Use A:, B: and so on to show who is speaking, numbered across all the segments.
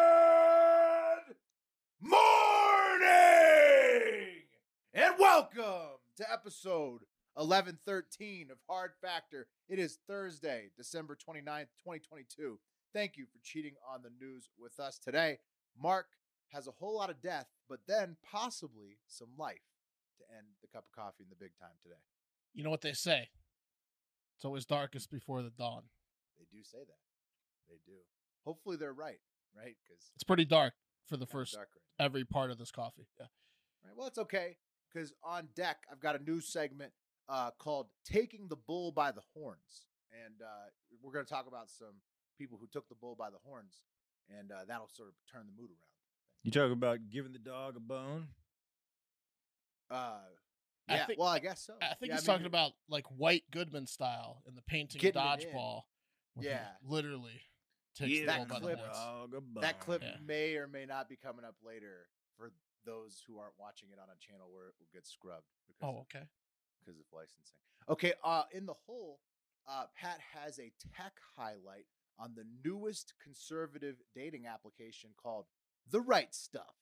A: Good morning and welcome to episode 1113 of Hard Factor. It is Thursday, December 29th, 2022. Thank you for cheating on the news with us today. Mark has a whole lot of death, but then possibly some life to end the cup of coffee in the big time today.
B: you know what they say it's always darkest before the dawn
A: They do say that. They do. Hopefully they're right, right? Because
B: it's pretty dark for the first every part of this coffee yeah.
A: Right. Well, it's okay because on deck I've got a new segment uh, called "Taking the Bull by the Horns," and uh, we're going to talk about some people who took the bull by the horns, and uh, that'll sort of turn the mood around.
C: You talk about giving the dog a bone.
A: Uh,
B: I
A: yeah.
B: think-
A: well, I guess so.
B: i think
A: Yeah,
B: he's
A: mean,
B: talking about like white goodman style in the painting
A: Getting it in.
B: dodgeball where he
A: Yeah.
B: literally takes
A: Yeah,
B: the
A: that
B: ball by the
A: clip- oh,
B: horns.
C: Dog a bone.
A: that clip
B: Yeah.
A: may or may not be coming up later for those who aren't watching it on a channel where it will get scrubbed because
B: oh
A: of
B: okay
A: because of licensing. Okay, uh, in the whole, uh, Pat has a tech highlight on the newest conservative dating application called The Right Stuff.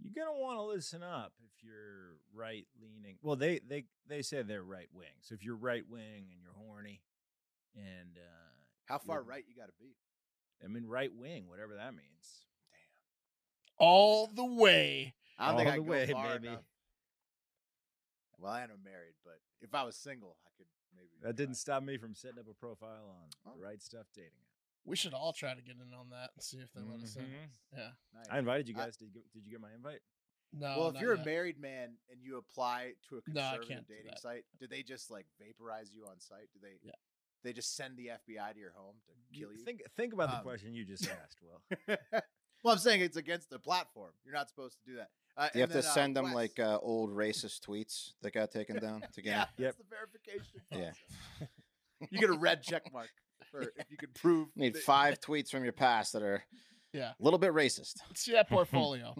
C: You're gonna want to listen up if you're right leaning. Well, they they they say they're right wing. So if you're right wing and you're horny, and uh,
A: How far
C: Yeah.
A: right you got to be?
C: I mean right wing, whatever that means.
B: all the way
A: I don't
C: All
A: think I
C: the
A: could
C: way,
A: go far
C: baby.
A: enough. Well, I am married, but if I was single, I could maybe.
C: That
A: try.
C: didn't stop me from setting up a profile on
A: Oh.
C: the right stuff dating. app.
B: we should all try to get in on that and see if they let us in
A: Mm-hmm.
C: Mhm.
B: yeah
A: Nice.
C: I invited you
A: I-
C: guys. did you, did you get my invite?
B: no
A: well, if
B: not
A: you're a
B: yet.
A: married man and you apply to a
B: No, I
A: conservative
B: can't do
A: dating
B: that.
A: site, do they just like vaporize you on site? Do they?
B: Yeah.
A: They just send the FBI to your home to kill you.
C: Think think about
A: Um,
C: the question you just asked. Well,
A: well, I'm saying it's against the platform. You're not supposed to do that. Uh,
D: You have
A: and
D: to
A: then, uh,
D: send them
A: Wes-
D: like uh, old racist tweets that got taken down to get
A: yeah,
D: yeah.
A: that's
C: Yep.
A: the verification.
D: Yeah.
A: process. you get a red check mark for if you can prove.
D: Need
A: that-
D: five tweets from your past that are
B: Yeah.
D: a little bit racist.
B: Let's see that portfolio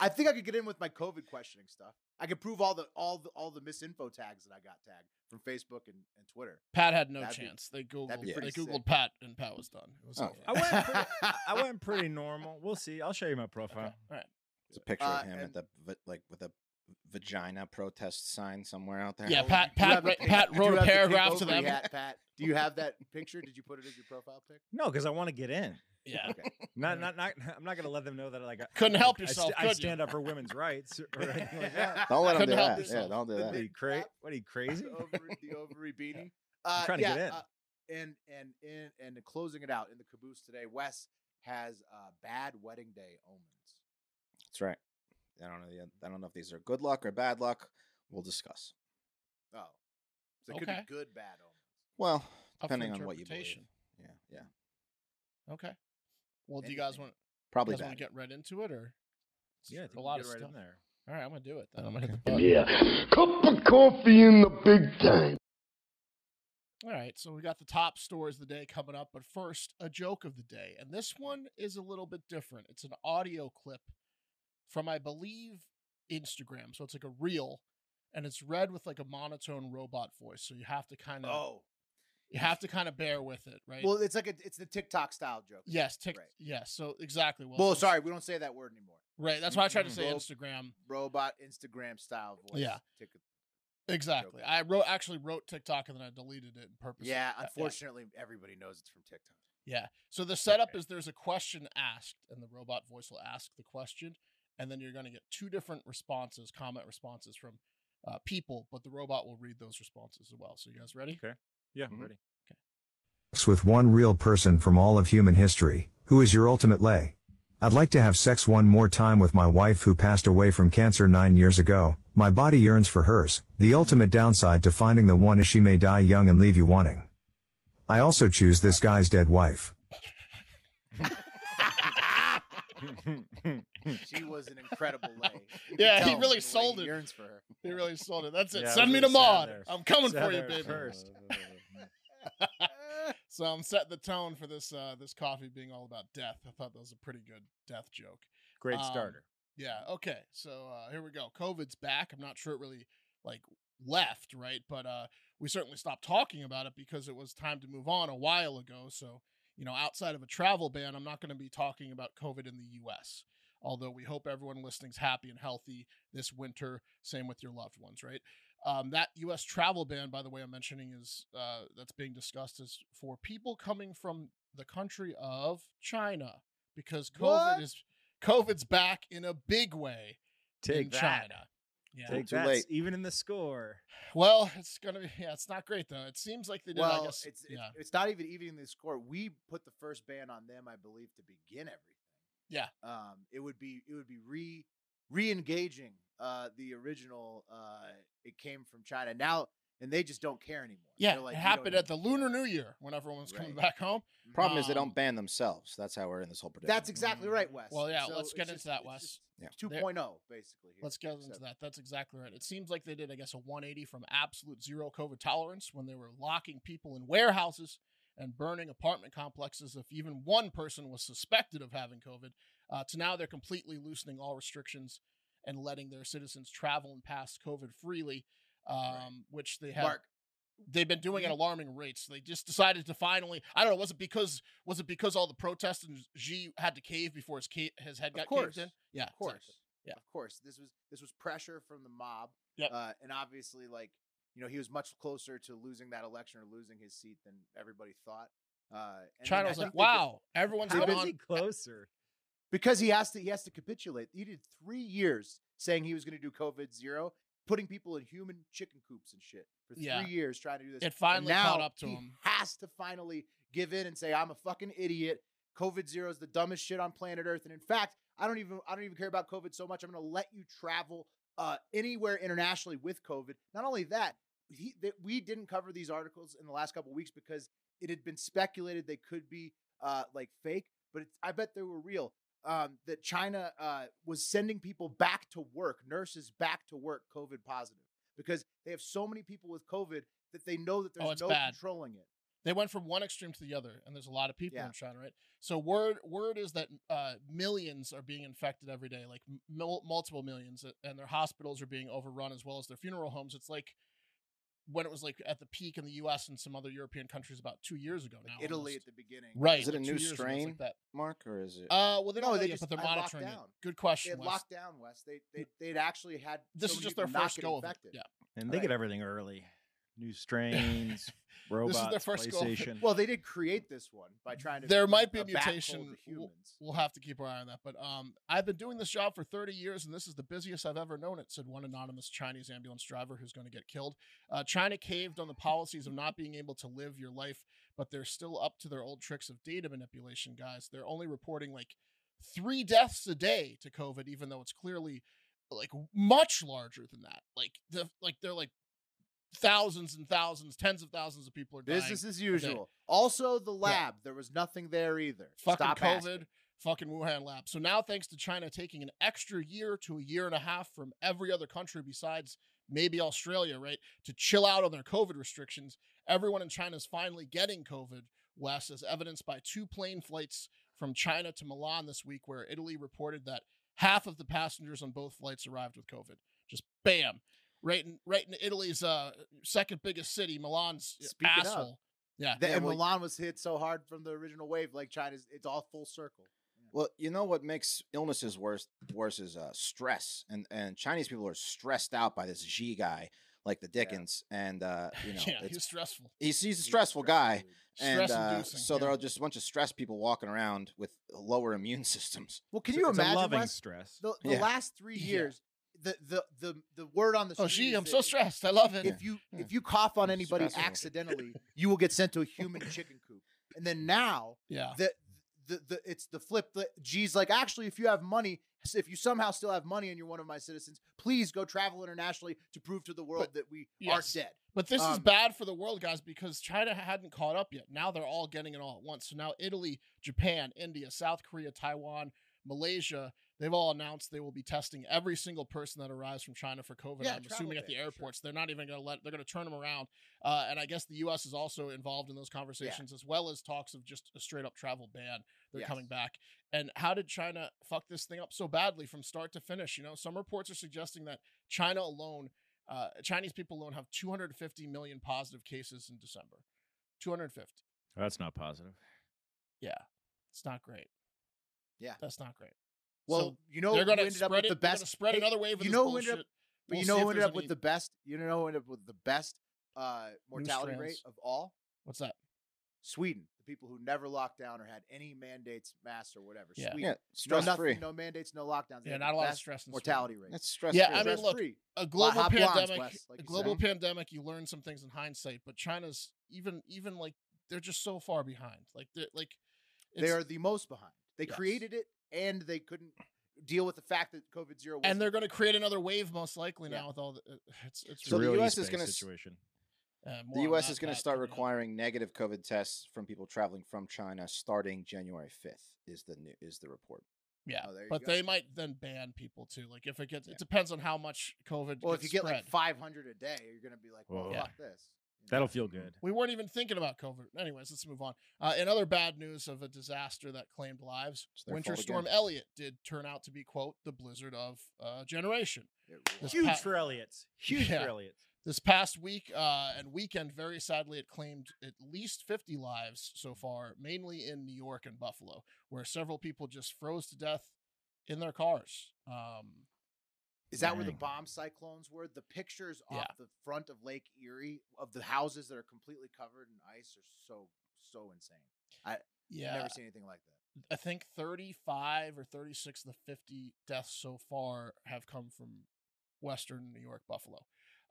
A: I think I could get in with my COVID questioning stuff. I could prove all the all the all the misinfo tags that I got tagged from Facebook and, and Twitter.
B: pat had no
A: That'd be-
B: chance they googled
A: be
B: they
A: pretty sick.
B: googled pat and pat was done it was
D: Oh,
B: over.
C: I went pretty, I went pretty normal. We'll see. I'll show you my
B: Okay,
C: profile.
B: all right
D: It's a picture
A: Uh,
D: of him
A: and-
D: at the va- like with a vagina protest sign somewhere out there.
B: yeah
A: Oh,
B: pat
A: you do have
B: pat,
A: the
B: wrote-
A: pink-
B: pat
A: you do
B: wrote
A: have
B: a
A: the pink
B: paragraph to
A: Oakley
B: them
A: hat, Pat, do you have that picture? Did you put it as your profile pic?
C: No, because I want to get in.
B: yeah
C: Not, not, not. I'm not gonna let them know that like I-
B: Couldn't help
C: I st-
B: yourself,
C: I,
B: could you?
C: stand up for women's rights or anything like that.
D: Don't let him do
B: Couldn't help
D: that. Yeah,
B: yourself.
D: don't do
C: What are
D: that.
C: you cra- What are you crazy?
B: Oh,
A: the ovary, the ovary beanie.
C: I'm
A: Uh,
C: trying to
A: yeah,
C: get in.
A: Uh, and and in and closing it out in the caboose today, Wes has uh, bad wedding day omens.
D: That's right. I don't know. yet- I don't know if these are good luck or bad luck. We'll discuss.
A: Oh, so it could
B: Okay.
A: be good bad omens.
D: Well,
B: for
D: depending on what you believe.
B: interpretation.
D: Yeah, yeah.
B: Okay. Well, do you guys
A: Anything.
B: want you
D: Probably
B: guys want to
D: bad.
B: get right into it or It's
C: yeah, I think
B: a
C: we
B: lot
C: get
B: of
C: right
B: stuff.
C: in there.
B: All right, I'm gonna do it. Then. I'm gonna hit the button.
E: Yeah, cup of coffee in the big time.
B: All right, so we got the top stories of the day coming up, but first, a joke of the day, and this one is a little bit different. It's an audio clip from, I believe, Instagram, so it's like a reel, and it's read with like a monotone robot voice, so you have to kind of
A: Oh,
B: you have to kind of bear with it, right?
A: well, it's like a, it's the TikTok style joke.
B: yes, tick,
A: right.
B: yes. So exactly. Well,
A: Well,
B: so-
A: sorry, Mm. we don't say that word anymore.
B: Right, that's why I tried to say
A: Rob-
B: Instagram.
A: Robot Instagram style voice.
B: Yeah.
A: Tick-
B: Exactly.
A: Joking.
B: I wrote actually wrote TikTok and then I deleted it purposely.
A: yeah.
B: Uh,
A: Unfortunately, everybody knows it's from TikTok.
B: Yeah. So the setup is there's a question asked, and the robot voice will ask the question, and then you're going to get two different responses, comment responses from uh, people, but the robot will read those responses as well. So you guys ready?
C: Okay. Mm-hmm. Yeah,
D: Mhm.
C: ready.
F: with one real person from all of human history, who is your ultimate lay? I'd like to have sex one more time with my wife who passed away from cancer nine years ago. My body yearns for hers. The ultimate downside to finding the one is she may die young and leave you wanting. I also choose this guy's dead wife.
A: She was an incredible lay. You can
B: Hmm. Yeah, he
A: tell
B: really
A: the way
B: sold
A: he
B: it.
A: Yearns for her.
B: He really sold it. That's it.
C: Yeah, I
B: Send
C: was
B: me to
C: gonna say
B: mod.
C: there-
B: I'm coming
C: say
B: for you,
C: there
B: baby. Uh,
C: First.
B: so I'm setting the tone for this uh this coffee being all about death. I thought that was a pretty good death joke.
C: Great
B: Um,
C: starter.
B: Yeah, okay. So uh here we go. COVID's back. I'm not sure it really like left, right? But uh we certainly stopped talking about it because it was time to move on a while ago. So, you know, outside of a travel ban, I'm not going to be talking about COVID in the US. Although we hope everyone listening's happy and healthy this winter, same with your loved ones, right? Um, that U.S. travel ban, by the way, I'm mentioning is uh, that's being discussed is for people coming from the country of China because COVID
A: What?
B: is COVID's back in a big way in
C: Take that.
B: China. Yeah.
C: Take
D: Too
C: that.
D: late.
C: Even in the score.
B: Well, it's gonna be yeah, it's not great though. It seems like they did. I
A: Well,
B: guess,
A: it's, it's
B: yeah,
A: it's not even even the score. We put the first ban on them, I believe, to begin everything.
B: Yeah.
A: Um, it would be it would be re re-engaging uh the original uh it came from China. Now and they just don't care anymore.
B: yeah.
A: They're like,
B: it
A: "We don't
B: happened at the
A: even
B: Lunar
A: care."
B: New Year when everyone was coming
A: Right.
B: back home.
D: Problem is they
B: Um,
D: don't ban themselves. That's how we're in this whole predicament.
A: That's exactly right, Wes.
B: Well, yeah, let's
A: it's
B: get into that,
A: it's
B: Wes.
A: just
D: Yeah.
A: 2.0 basically. here.
B: Let's get into
A: Except-
B: that. That's exactly right. It seems like they did, I guess, a 180 from absolute zero COVID tolerance when they were locking people in warehouses and burning apartment complexes if even one person was suspected of having COVID, uh, to now they're completely loosening all restrictions and letting their citizens travel and pass COVID freely, um, which they have.
A: Mark,
B: They've been
A: Mm-hmm.
B: doing at alarming rates. They just decided to finally. I don't know. Was it because was it because all the protests and Xi had to cave before his ca- his head
A: Of
B: got
A: course.
B: caved in? Yeah,
A: of course.
B: exactly. Yeah.
A: Of course. This was this was pressure from the mob.
B: Yep.
A: Uh, and obviously like, you know, he was much closer to losing that election or losing his seat than everybody thought. Uh and then
B: China
A: I
B: was
A: think
B: like,
A: they just-
B: "Wow, everyone's
C: How
B: been
C: is
B: on
C: he closer?
A: because he has to he has to capitulate. He did 3 years saying he was going to do COVID zero, putting people in human chicken coops and shit for 3
B: Yeah.
A: years trying to do this.
B: It
A: And
B: finally caught
A: now
B: up to
A: he
B: him.
A: Has to finally give in and say, "I'm a fucking idiot. COVID zero is the dumbest shit on planet Earth." And in fact, I don't even I don't even care about COVID so much. I'm going to let you travel uh, anywhere internationally with COVID. Not only that, he, that we didn't cover these articles in the last couple weeks because it had been speculated they could be uh, like fake, but it's, I bet they were real. Um, that China uh, was sending people back to work, nurses back to work, COVID positive, because they have so many people with COVID that they know that
B: Oh,
A: there's
B: it's
A: no
B: bad.
A: controlling it.
B: they went from one extreme to the other and there's a lot of people
A: Yeah.
B: in china right so word word is that uh, millions are being infected every day like mul- multiple millions a- and their hospitals are being overrun as well as their funeral homes it's like when it was like at the peak in the us and some other european countries about two years ago
A: Like
B: now
A: Italy
B: almost.
A: at the beginning,
B: right
D: Is it a
B: like two
D: new
B: years ago, it's like
D: strain?
B: that.
D: Mark, or is it?
B: uh well they don't
A: No,
B: know
A: they
B: yet,
A: just-
B: but they're
A: I locked
B: monitoring it.
A: down.
B: good
A: They
B: question
A: had
B: Wes.
A: locked down West. They they they'd actually had
B: this
A: so
B: is
A: many
B: just their
A: people not
B: first
A: get
B: go of it.
A: infected.
B: yeah
C: And they
A: Right.
C: get everything early. New strains, robots,
B: first goal.
C: PlayStation.
A: Well, they did create this one by trying to.
B: There
A: feed
B: might be a
A: bat cold to
B: mutation. W-
A: humans.
B: We'll have to keep our eye on that. But um, I've been doing this job for 30 years, and this is the busiest I've ever known it, said one anonymous Chinese ambulance driver who's going to get killed. Uh, China caved on the policies of not being able to live your life, but they're still up to their old tricks of data manipulation, guys. They're only reporting like three deaths a day to COVID, even though it's clearly like much larger than that. Like, the, like they're like thousands and thousands, tens of thousands of people are dying.
A: Business as usual. Also, the lab. There was nothing there either.
B: fucking
A: Stop
B: COVID,
A: asking.
B: fucking Wuhan lab. So now, thanks to China taking an extra year to a year and a half from every other country besides maybe Australia, right, to chill out on their COVID restrictions, everyone in China is finally getting COVID, Wes, as evidenced by two plane flights from China to Milan this week, where Italy reported that half of the passengers on both flights arrived with COVID. Just bam. Right in, right in Italy's uh, second biggest city, Milan's
A: Speaking of-
B: asshole. Yeah.
A: The,
D: Yeah,
A: and
D: well-
A: Milan was hit so hard from the original wave, like China's. It's all full circle.
D: Well, you know what makes illnesses worse worse is uh, stress, and and Chinese people are stressed out by this Xi guy, like the Dickens, and uh, you know
B: yeah,
D: it's,
B: he's stressful.
D: he's he's a
A: He's
D: stressful guy,
A: dude.
D: and uh,
B: Stress-inducing,
D: so
B: yeah.
D: there are just a bunch of stressed people walking around with lower immune systems.
A: Well, can
C: It's a-
A: you
C: it's a
A: imagine
C: loving
A: Wes,
C: stress?
A: the, the
D: Yeah.
A: last three
B: Yeah.
A: years? The, the the the word on the
B: Oh,
A: street
B: gee,
A: is
B: I'm
A: that
B: so
A: if-
B: stressed. I love it.
A: If you if you cough on
D: It's
A: anybody
D: stressful.
A: accidentally, you will get sent to a human chicken coop. And then now
B: yeah.
A: the the, the it's the flip the G's like actually if you have money s- if you somehow still have money and you're one of my citizens please go travel internationally to prove to the world that we
B: yes.
A: are dead.
B: But this is
A: Um,
B: bad for the world, guys, because China hadn't caught up yet. Now they're all getting it all at once. So now Italy, Japan, India, South Korea, Taiwan, Malaysia, they've all announced they will be testing every single person that arrives from China for COVID.
A: Yeah,
B: I'm
A: travel
B: assuming at
A: ban,
B: the
A: for sure.
B: airports. They're not even going to let, they're going to turn them around. Uh, and I guess the U.S. is also involved in those conversations, as well as talks of just a straight up travel ban. They're
A: Yes.
B: coming back. And how did China fuck this thing up so badly from start to finish? You know, some reports are suggesting that China alone uh, Chinese people alone have 250 million positive cases in December. 250.
C: That's not positive.
B: Yeah, it's not great.
D: Yeah.
B: that's not great.
A: Well,
B: So
A: you know
B: they're
A: who
B: going to
A: ended
B: spread
A: up with
B: it.
A: the
B: they're gonna
A: best.
B: spread
A: Hey,
B: another wave of
A: you
B: this
A: know who ended up-
B: bullshit.
A: But
B: We'll
A: you
B: see
A: know
B: if
A: who ended
B: there's
A: up with
B: any-
A: the best. You know who ended up with the best uh, mortality rate
B: strands.
A: of all
B: What's that?
A: Sweden. The people who never locked down or had any mandates, masks or whatever.
B: Yeah.
A: Sweden.
D: Yeah,
A: No,
D: stress free.
A: nothing, no mandates, no lockdowns. They
B: Yeah,
A: had
B: not
A: the
B: a lot of
A: best
B: stress. in Sweden.
A: mortality rate.
D: That's stress
B: Yeah,
D: free.
B: I mean, look,
A: Stress-free.
B: a global
A: hot blondes,
B: pandemic,
A: Wes, like
B: a
A: you
B: global
A: say.
B: pandemic. You learn some things in hindsight, but China's even even like they're just so far behind. Like they're like
A: they are the most behind. They
B: Yes.
A: created it and they couldn't deal with the fact that COVID zero. Was
B: and they're going to create another wave most likely
A: Yeah.
B: now with all the. uh, It's it's
C: It's
D: So
C: a
D: the
C: real
D: US
C: East
D: is
C: Bay
D: gonna s-
C: situation.
B: uh, more
D: The
B: on
D: U.S.
B: that
D: is going to
B: path
D: start
B: coming up.
D: requiring negative COVID tests from people traveling from China starting January 5th. Is the new, is the report?
B: Yeah,
A: Oh, there you
B: uh, but
A: go.
B: they might then ban people too. Like if it gets, it depends on how much COVID.
A: well, if you
B: gets
A: get
B: spread.
A: like five hundred a day, you're going to be like, well,
C: Whoa.
B: Yeah.
A: fuck this. You know?
C: That'll feel good.
B: we weren't even thinking about COVID. Anyways, let's move on. Uh, in other bad news of a disaster that claimed lives,
D: It's their
B: Winter
D: fault
B: Storm
D: again.
B: Elliot did turn out to be quote the blizzard of uh, generation.
A: It
B: This
A: was.
C: Huge
B: pa-
C: for Elliot's. Huge
B: Yeah.
C: for Elliot's.
B: this past week uh, and weekend, very sadly, it claimed at least 50 lives so far, mainly in New York and Buffalo, where several people just froze to death in their cars. Um,
A: Is that where the
C: Dang.
A: bomb cyclones were? The pictures
B: Yeah.
A: off the front of Lake Erie of the houses that are completely covered in ice are so so insane. I've
B: yeah,
A: Never seen anything like that.
B: I think 35 or 36 of the 50 deaths so far have come from Western New York, Buffalo.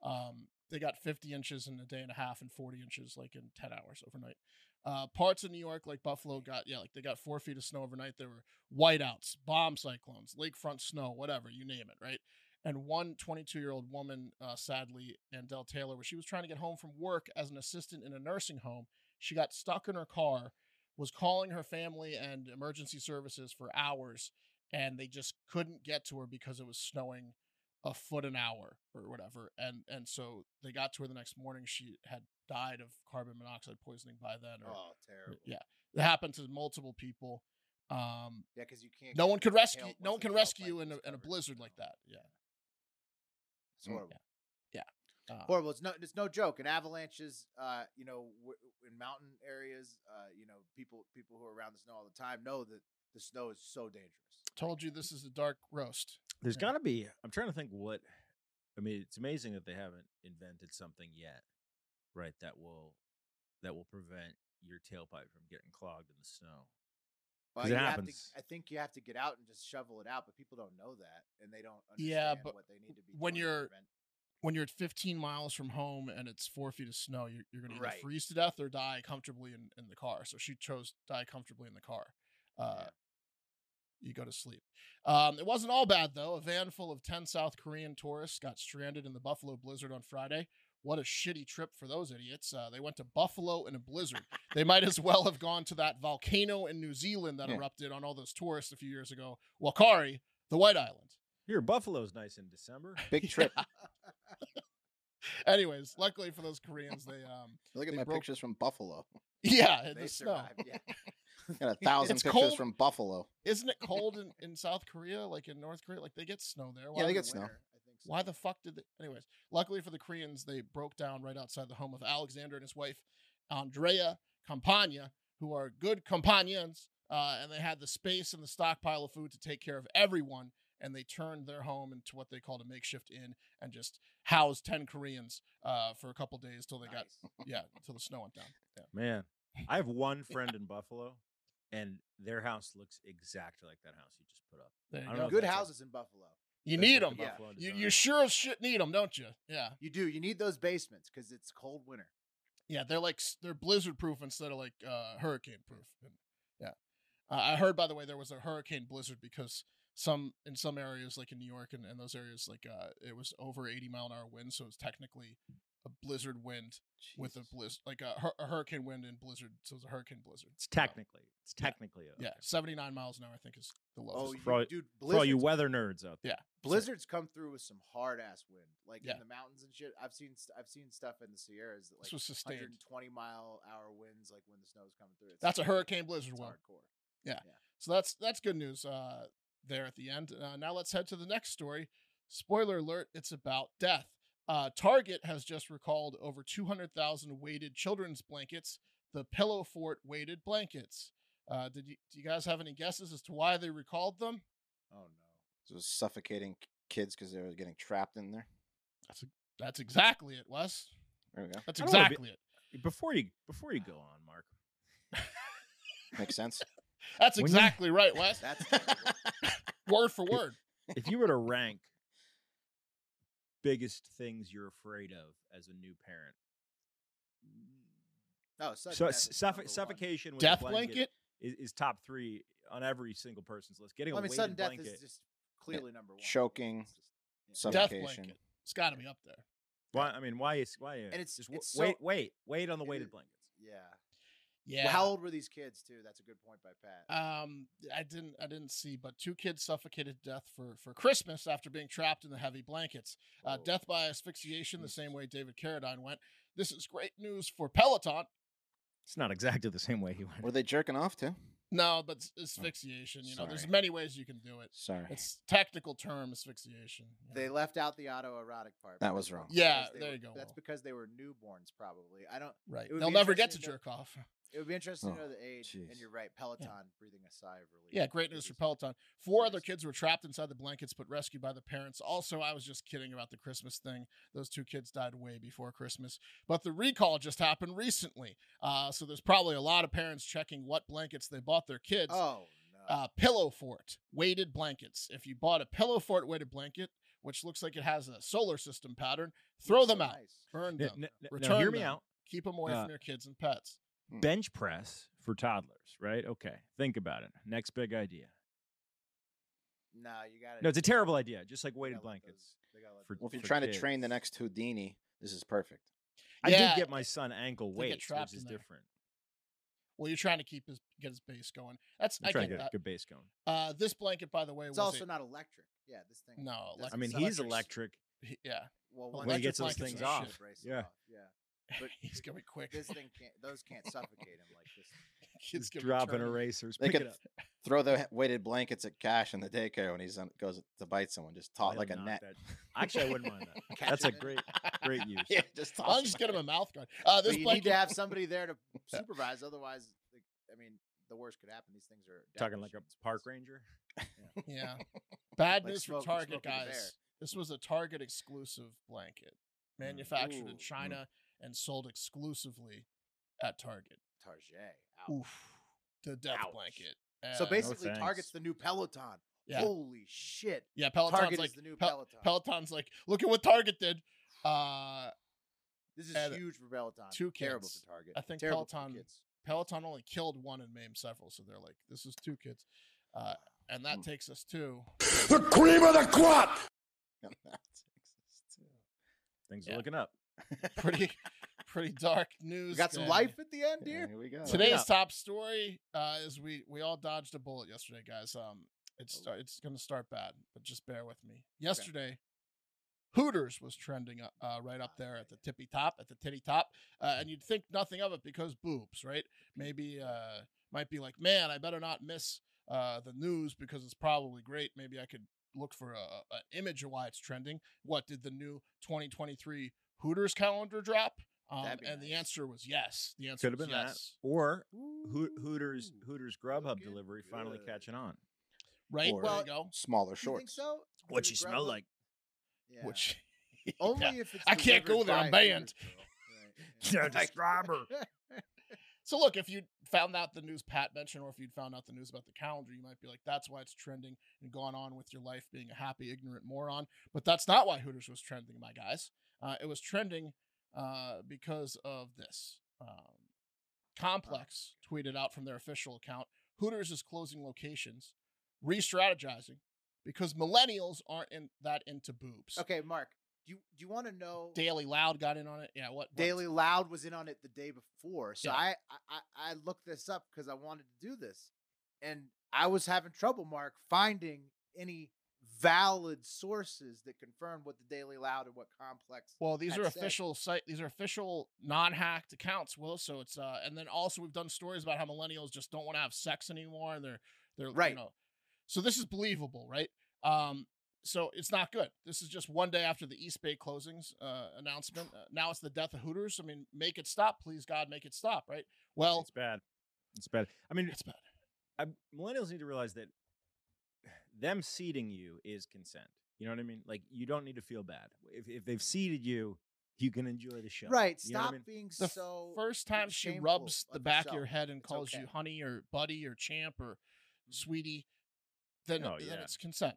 B: Um, they got 50 inches in a day and a half and 40 inches like in 10 hours overnight. Uh, parts of New York, like Buffalo, got, yeah, like they got four feet of snow overnight. There were whiteouts, bomb cyclones, lakefront snow, whatever, you name it, right? And one 22 year old woman, uh, sadly, Andell Taylor, where she was trying to get home from work as an assistant in a nursing home, she got stuck in her car was calling her family and emergency services for hours and they just couldn't get to her because it was snowing a foot an hour or whatever and and so they got to her the next morning she had died of carbon monoxide poisoning by then or
A: Oh, terrible.
B: yeah it happened to multiple people um
A: Yeah, because you can't.
B: no
A: get
B: one
A: to
B: could
A: the tail
B: rescue
A: once
B: no one
A: the
B: can
A: tailpipe
B: rescue you in a,
A: is
B: in a
A: covered.
B: blizzard like
A: No,
B: that
A: It's
B: Mm, yeah
A: horrible.
B: Uh,
A: horrible. It's no, it's no joke. And avalanches, uh, you know, w- in mountain areas, uh, you know, people people who are around the snow all the time know that the snow is so dangerous.
B: told you this is a dark roast
C: There's
B: Yeah.
C: got to be. I'm trying to think what. I mean, it's amazing that they haven't invented something yet, right? That will that will prevent your tailpipe from getting clogged in the snow.
A: Well,
C: 'Cause it
A: you have to,
C: happens.
A: I think you have to get out and just shovel it out, but people don't know that, and they don't understand
B: Yeah, but
A: what they need to be. doing
B: when
A: to
B: you're-
A: prevent-
B: when you're at 15 miles from home and it's four feet of snow, you're, you're going to either
A: Right.
B: freeze to death or die comfortably in, in the car. So she chose die comfortably in the car. Uh, You go to sleep. Um, it wasn't all bad, though. A van full of 10 South Korean tourists got stranded in the Buffalo blizzard on Friday. What a shitty trip for those idiots. Uh, they went to Buffalo in a blizzard. they might as well have gone to that volcano in New Zealand that
D: Yeah.
B: erupted on all those tourists a few years ago. Wakari, the White Island.
C: Here, Buffalo's nice in December.
D: Big trip.
B: Anyways, luckily for those Koreans, they um,
D: Look at
B: They
D: my
B: broke-
D: pictures from Buffalo.
B: Yeah, in
A: they
B: the snow.
A: survived. Yeah,
D: Got a thousand
B: It's
D: pictures
B: cold.
D: from Buffalo.
B: Isn't it cold in, in South Korea, like in North Korea? Like they get snow there.
D: Yeah, they
B: would-
D: get
A: in the
D: snow.
A: winter, I think so.
B: Why the fuck did they? Anyways, luckily for the Koreans, they broke down right outside the home of Alexander and his wife, Andrea Campagna, who are good companions, uh, and they had the space and the stockpile of food to take care of everyone. And they turned their home into what they called a makeshift inn and just housed ten Koreans uh, for a couple days till they
A: Nice.
B: got yeah until the snow went down. Yeah.
C: Man, I have one friend in Buffalo, and their house looks exactly like that house you just put up.
B: There you
C: I don't
B: go.
C: know if
A: good
C: that's a-
A: houses in Buffalo.
B: You
C: That's
B: need
C: like
B: them.
C: the
A: Yeah.
C: Buffalo
B: You,
C: design.
B: you sure as shit need them, don't you? Yeah.
A: You do. You need those basements because it's cold winter.
B: Yeah, they're like s- they're blizzard proof instead of like uh hurricane proof. And, yeah. Uh, I heard, by the way, there was a hurricane blizzard because some in some areas, like in New York and, and those areas, like uh, it was over 80 mile an hour wind, so it's technically a blizzard wind with a
D: Jesus.
B: blizzard, like a, hur- a hurricane wind and blizzard. So it was a hurricane blizzard.
C: It's
B: So,
C: technically, it's technically. a-
B: yeah, 79 miles an hour, I think, is the
A: Oh,
B: lowest.
A: you,
C: For all-
A: dude,
C: For all you
A: blizzards-
C: weather nerds out there,
B: yeah, so-
A: blizzards come through with some hard ass wind, like
B: Yeah.
A: in the mountains and shit. I've seen st- I've seen stuff in the Sierras that
B: This
A: like
B: was sustained.
A: 120 mile hour winds, like when the snow's coming through. It's
B: That's a
A: like-
B: hurricane blizzard
A: It's
B: one.
A: hardcore.
B: So that's that's good news uh, there at the end. Uh, now let's head to the next story. Spoiler alert: it's about death. Uh, Target has just recalled over 200,000 weighted children's blankets, the Pillow Fort weighted blankets. Uh, did you, do you guys have any guesses as to why they recalled them?
A: Oh no.
D: So it was suffocating k- kids because they were getting trapped in there.
B: That's exactly it, Wes.
D: There we go.
B: That's
C: I don't wanna be-
B: exactly it.
C: before you before you go on, Mark,
D: Makes sense.
B: That's
C: When you-
B: exactly right, Wes.
D: That's
B: word for word.
C: if you were to rank biggest things you're afraid of as a new parent,
A: No, such
C: so
A: death
C: su-
A: is
C: suff-
A: number one.
C: suffocation with a
B: Death blanket.
C: is, is top three on every single person's list. Getting
A: I
C: a
A: mean,
C: weighted
A: sudden death
C: blanket.
A: is just clearly number one.
D: Choking,
A: It's just- yeah.
B: Death
D: Suffocation.
B: blanket. It's got to be up there.
C: why? I mean, why is why? uh,
A: And it's-
C: just w-
A: it's so-
C: wait, wait, wait on the
A: it
C: weighted
A: is-
C: blankets.
A: Yeah.
B: Yeah.
A: Well, how old were these kids too? That's a good point by Pat.
B: Um, I didn't, I didn't see, but two kids suffocated to death for for Christmas after being trapped in the heavy blankets. Uh,
A: Whoa.
B: death by asphyxiation, the same way David Carradine went. This is great news for Peloton.
C: It's not exactly the same way he went.
D: Were they jerking off too?
B: No, but s-
A: Oh,
B: asphyxiation. You know, there's
D: sorry.
B: many ways you can do it.
D: Sorry.
B: It's technical term asphyxiation. you
A: They
B: know.
A: left out the autoerotic part.
D: That
A: because
D: was
A: that's
D: wrong.
A: because
B: Yeah,
A: they
B: there
A: were-
B: you go,
A: That's
B: Will.
A: because they were newborns, probably. I don't.
B: right.
A: it would
B: They'll
A: be
B: never get to
A: interesting to-
B: jerk off.
A: It would be interesting to
D: Oh,
A: know the age. And
D: jeez.
A: you're right. Peloton breathing a sigh of relief.
B: Yeah, great
A: This
B: news for
A: is-
B: Peloton. Four other
A: Nice.
B: kids were trapped inside the blankets but rescued by the parents. Also, I was just kidding about the Christmas thing. Those two kids died way before Christmas. But the recall just happened recently. Uh, so there's probably a lot of parents checking what blankets they bought their kids.
A: Oh no.
B: Uh, pillow fort weighted blankets. If you bought a pillow fort weighted blanket, which looks like it has a solar system pattern, throw
A: That's
B: them
A: so
B: out,
A: nice.
B: burn
C: N-
B: them,
C: n- n-
B: return
C: now hear me
B: them.
C: out.
B: keep them away
C: Uh,
B: from your kids and pets.
D: Hmm.
C: Bench press for toddlers, right? Okay, think about it. Next big idea.
A: No, you got it.
C: No, it's a terrible idea. Just like weighted blankets. for-
D: Well, if you're
C: for
D: trying to train the
C: kids.
D: next Houdini, this is perfect.
C: I
B: Yeah,
C: did get my son ankle
B: they get
C: weights,
B: trapped
C: which
B: in
C: is
B: there.
C: different.
B: Well, you're trying to keep his get his base going. That's
C: I'm
B: I
C: trying
B: get
C: to get
B: that.
C: a good base going.
B: Uh, this blanket, by the way,
A: It's
B: was
A: also
B: a-
A: not electric. Yeah, this thing.
B: no.
A: that's-
C: I
B: electric-
C: mean,
B: it's
C: he's
B: electric-
C: electric.
B: he- Yeah,
A: Well,
B: Well,
A: one
B: when
A: electric
B: he gets those
A: blankets
B: things
A: are
B: off,
A: shit, brace
C: yeah.
A: them off, Yeah. But-
B: he's gonna be quick.
A: This thing can't. Those can't suffocate him like this.
B: Kids gonna be
C: dropping
B: turning.
C: erasers.
D: They
C: Pick it
D: could
C: up.
D: Throw the h- weighted blankets at Cash in the daycare when he's on, goes to bite someone. Just toss
C: I'll
D: like a
C: knock
D: net.
C: that- Actually, I wouldn't mind that.
A: Catch
C: That's
A: him
C: a
A: in-
C: great, great use.
D: yeah, just toss.
B: I'll just get him a mouth guard. Uh,
A: But
B: this
A: you
B: blanket.
A: need to have somebody there to supervise. Otherwise, like, I mean, the worst could happen. These things are
C: Talking like a park ranger.
B: yeah. Bad
A: Like
B: news
A: smoke-
B: for Target,
A: smoking the bear.
B: guys. This was a Target exclusive blanket, manufactured
A: Ooh,
B: in
A: mm.
B: China and sold exclusively at Target.
A: Target. Ouch.
B: Oof, the death
C: Ouch.
B: blanket.
A: So
B: Uh,
A: basically,
C: thanks.
A: Target's the new Peloton.
B: Yeah.
A: Holy shit!
B: yeah, Peloton's
A: Target
B: like
A: is the new
B: Pel-
A: Peloton.
B: Peloton's like, look at what Target did. Uh,
A: this is
B: and
A: huge for Peloton.
B: uh, two
A: terrible
B: kids.
A: for Target.
B: I think
A: terrible for
B: Peloton-
A: kids.
B: Peloton only killed one and maimed several, so they're like, this is two kids, uh,
A: Mm.
B: and that takes us to
G: The cream of the crop!
C: Things
B: Yeah.
C: are looking up.
B: pretty pretty dark news.
A: We got some
B: day.
A: life at the end
D: Yeah,
A: here.
D: here we go.
B: Today's
C: Yeah.
B: top story uh, is we we all dodged a bullet yesterday, guys. Um, it's
A: Oh.
B: it's going to start bad, but just bear with me. Yesterday, Hooters was trending uh, uh, right up there at the tippy top, at the titty top,
A: Mm.
B: uh, and you'd think nothing of it because boobs, right? Maybe uh, might be like, man, I better not miss uh, the news because it's probably great. Maybe I could look for a, a- a image of why it's trending. What did the new 2023 Hooters calendar drop? Um,
A: That'd be
B: and the
A: nice.
B: answer was yes. The answer
C: Could have
B: was
C: been
B: yes.
C: that. Or Ho- Hooters
A: Ooh.
C: Hooters Grubhub
A: looking
C: delivery finally
A: good.
C: catching on.
B: Right?
D: Or-
B: there
A: Well,
B: you go.
D: Smaller
A: You think
D: shorts.
A: so?
C: What
A: Does
C: you
A: it
C: smell
A: grab up?
C: like?
A: Yeah.
B: Which
A: Only
B: Yeah.
A: if it's
B: I can't
A: delivered
B: go there, I'm
A: by a
B: banned.
A: Hooters girl. Right, yeah.
B: So look, if you found out the news Pat mentioned, or if you'd found out the news about the calendar, you might be like, "That's why it's trending," and gone on with your life being a happy, ignorant moron. But that's not why Hooters was trending, my guys. Uh, it was trending uh, because of this. Um, Complex tweeted out from their official account Hooters is closing locations, re strategizing because millennials aren't in, that into boobs.
A: Okay, Mark, do you do you want to know?
B: Daily Loud got in on it. Yeah, what? what-
A: Daily Loud was in on it the day before, so
B: Yeah.
A: I, I I I looked this up because I wanted to do this, and I was having trouble, Mark, finding any valid sources that confirmed what the Daily Loud and what Complex.
B: Well, these
A: had
B: are
A: said.
B: official site. These are official non-hacked accounts. Will so it's uh, and then also we've done stories about how millennials just don't want to have sex anymore, and they're they're
A: Right.
B: You know, so this is believable, right? Um, so it's not good. This is just one day after the East Bay closings uh, announcement. Uh, now it's the death of Hooters. I mean, make it stop, please God, make it stop, right? Well,
C: It's bad. It's bad. I mean,
B: it's bad.
C: I, millennials need to realize that them seeding you is consent. You know what I mean? Like you don't need to feel bad if if they've seeded you, you can enjoy the show.
A: right,
C: You know what I
A: stop
C: mean?
A: being
B: The
A: so.
B: first time she
A: shameful
B: rubs the
A: of
B: back of your
A: yourself.
B: head and
A: It's
B: calls you
A: okay.
B: honey or buddy or champ or sweetie, then,
C: Oh,
B: then
C: yeah.
B: it's consent.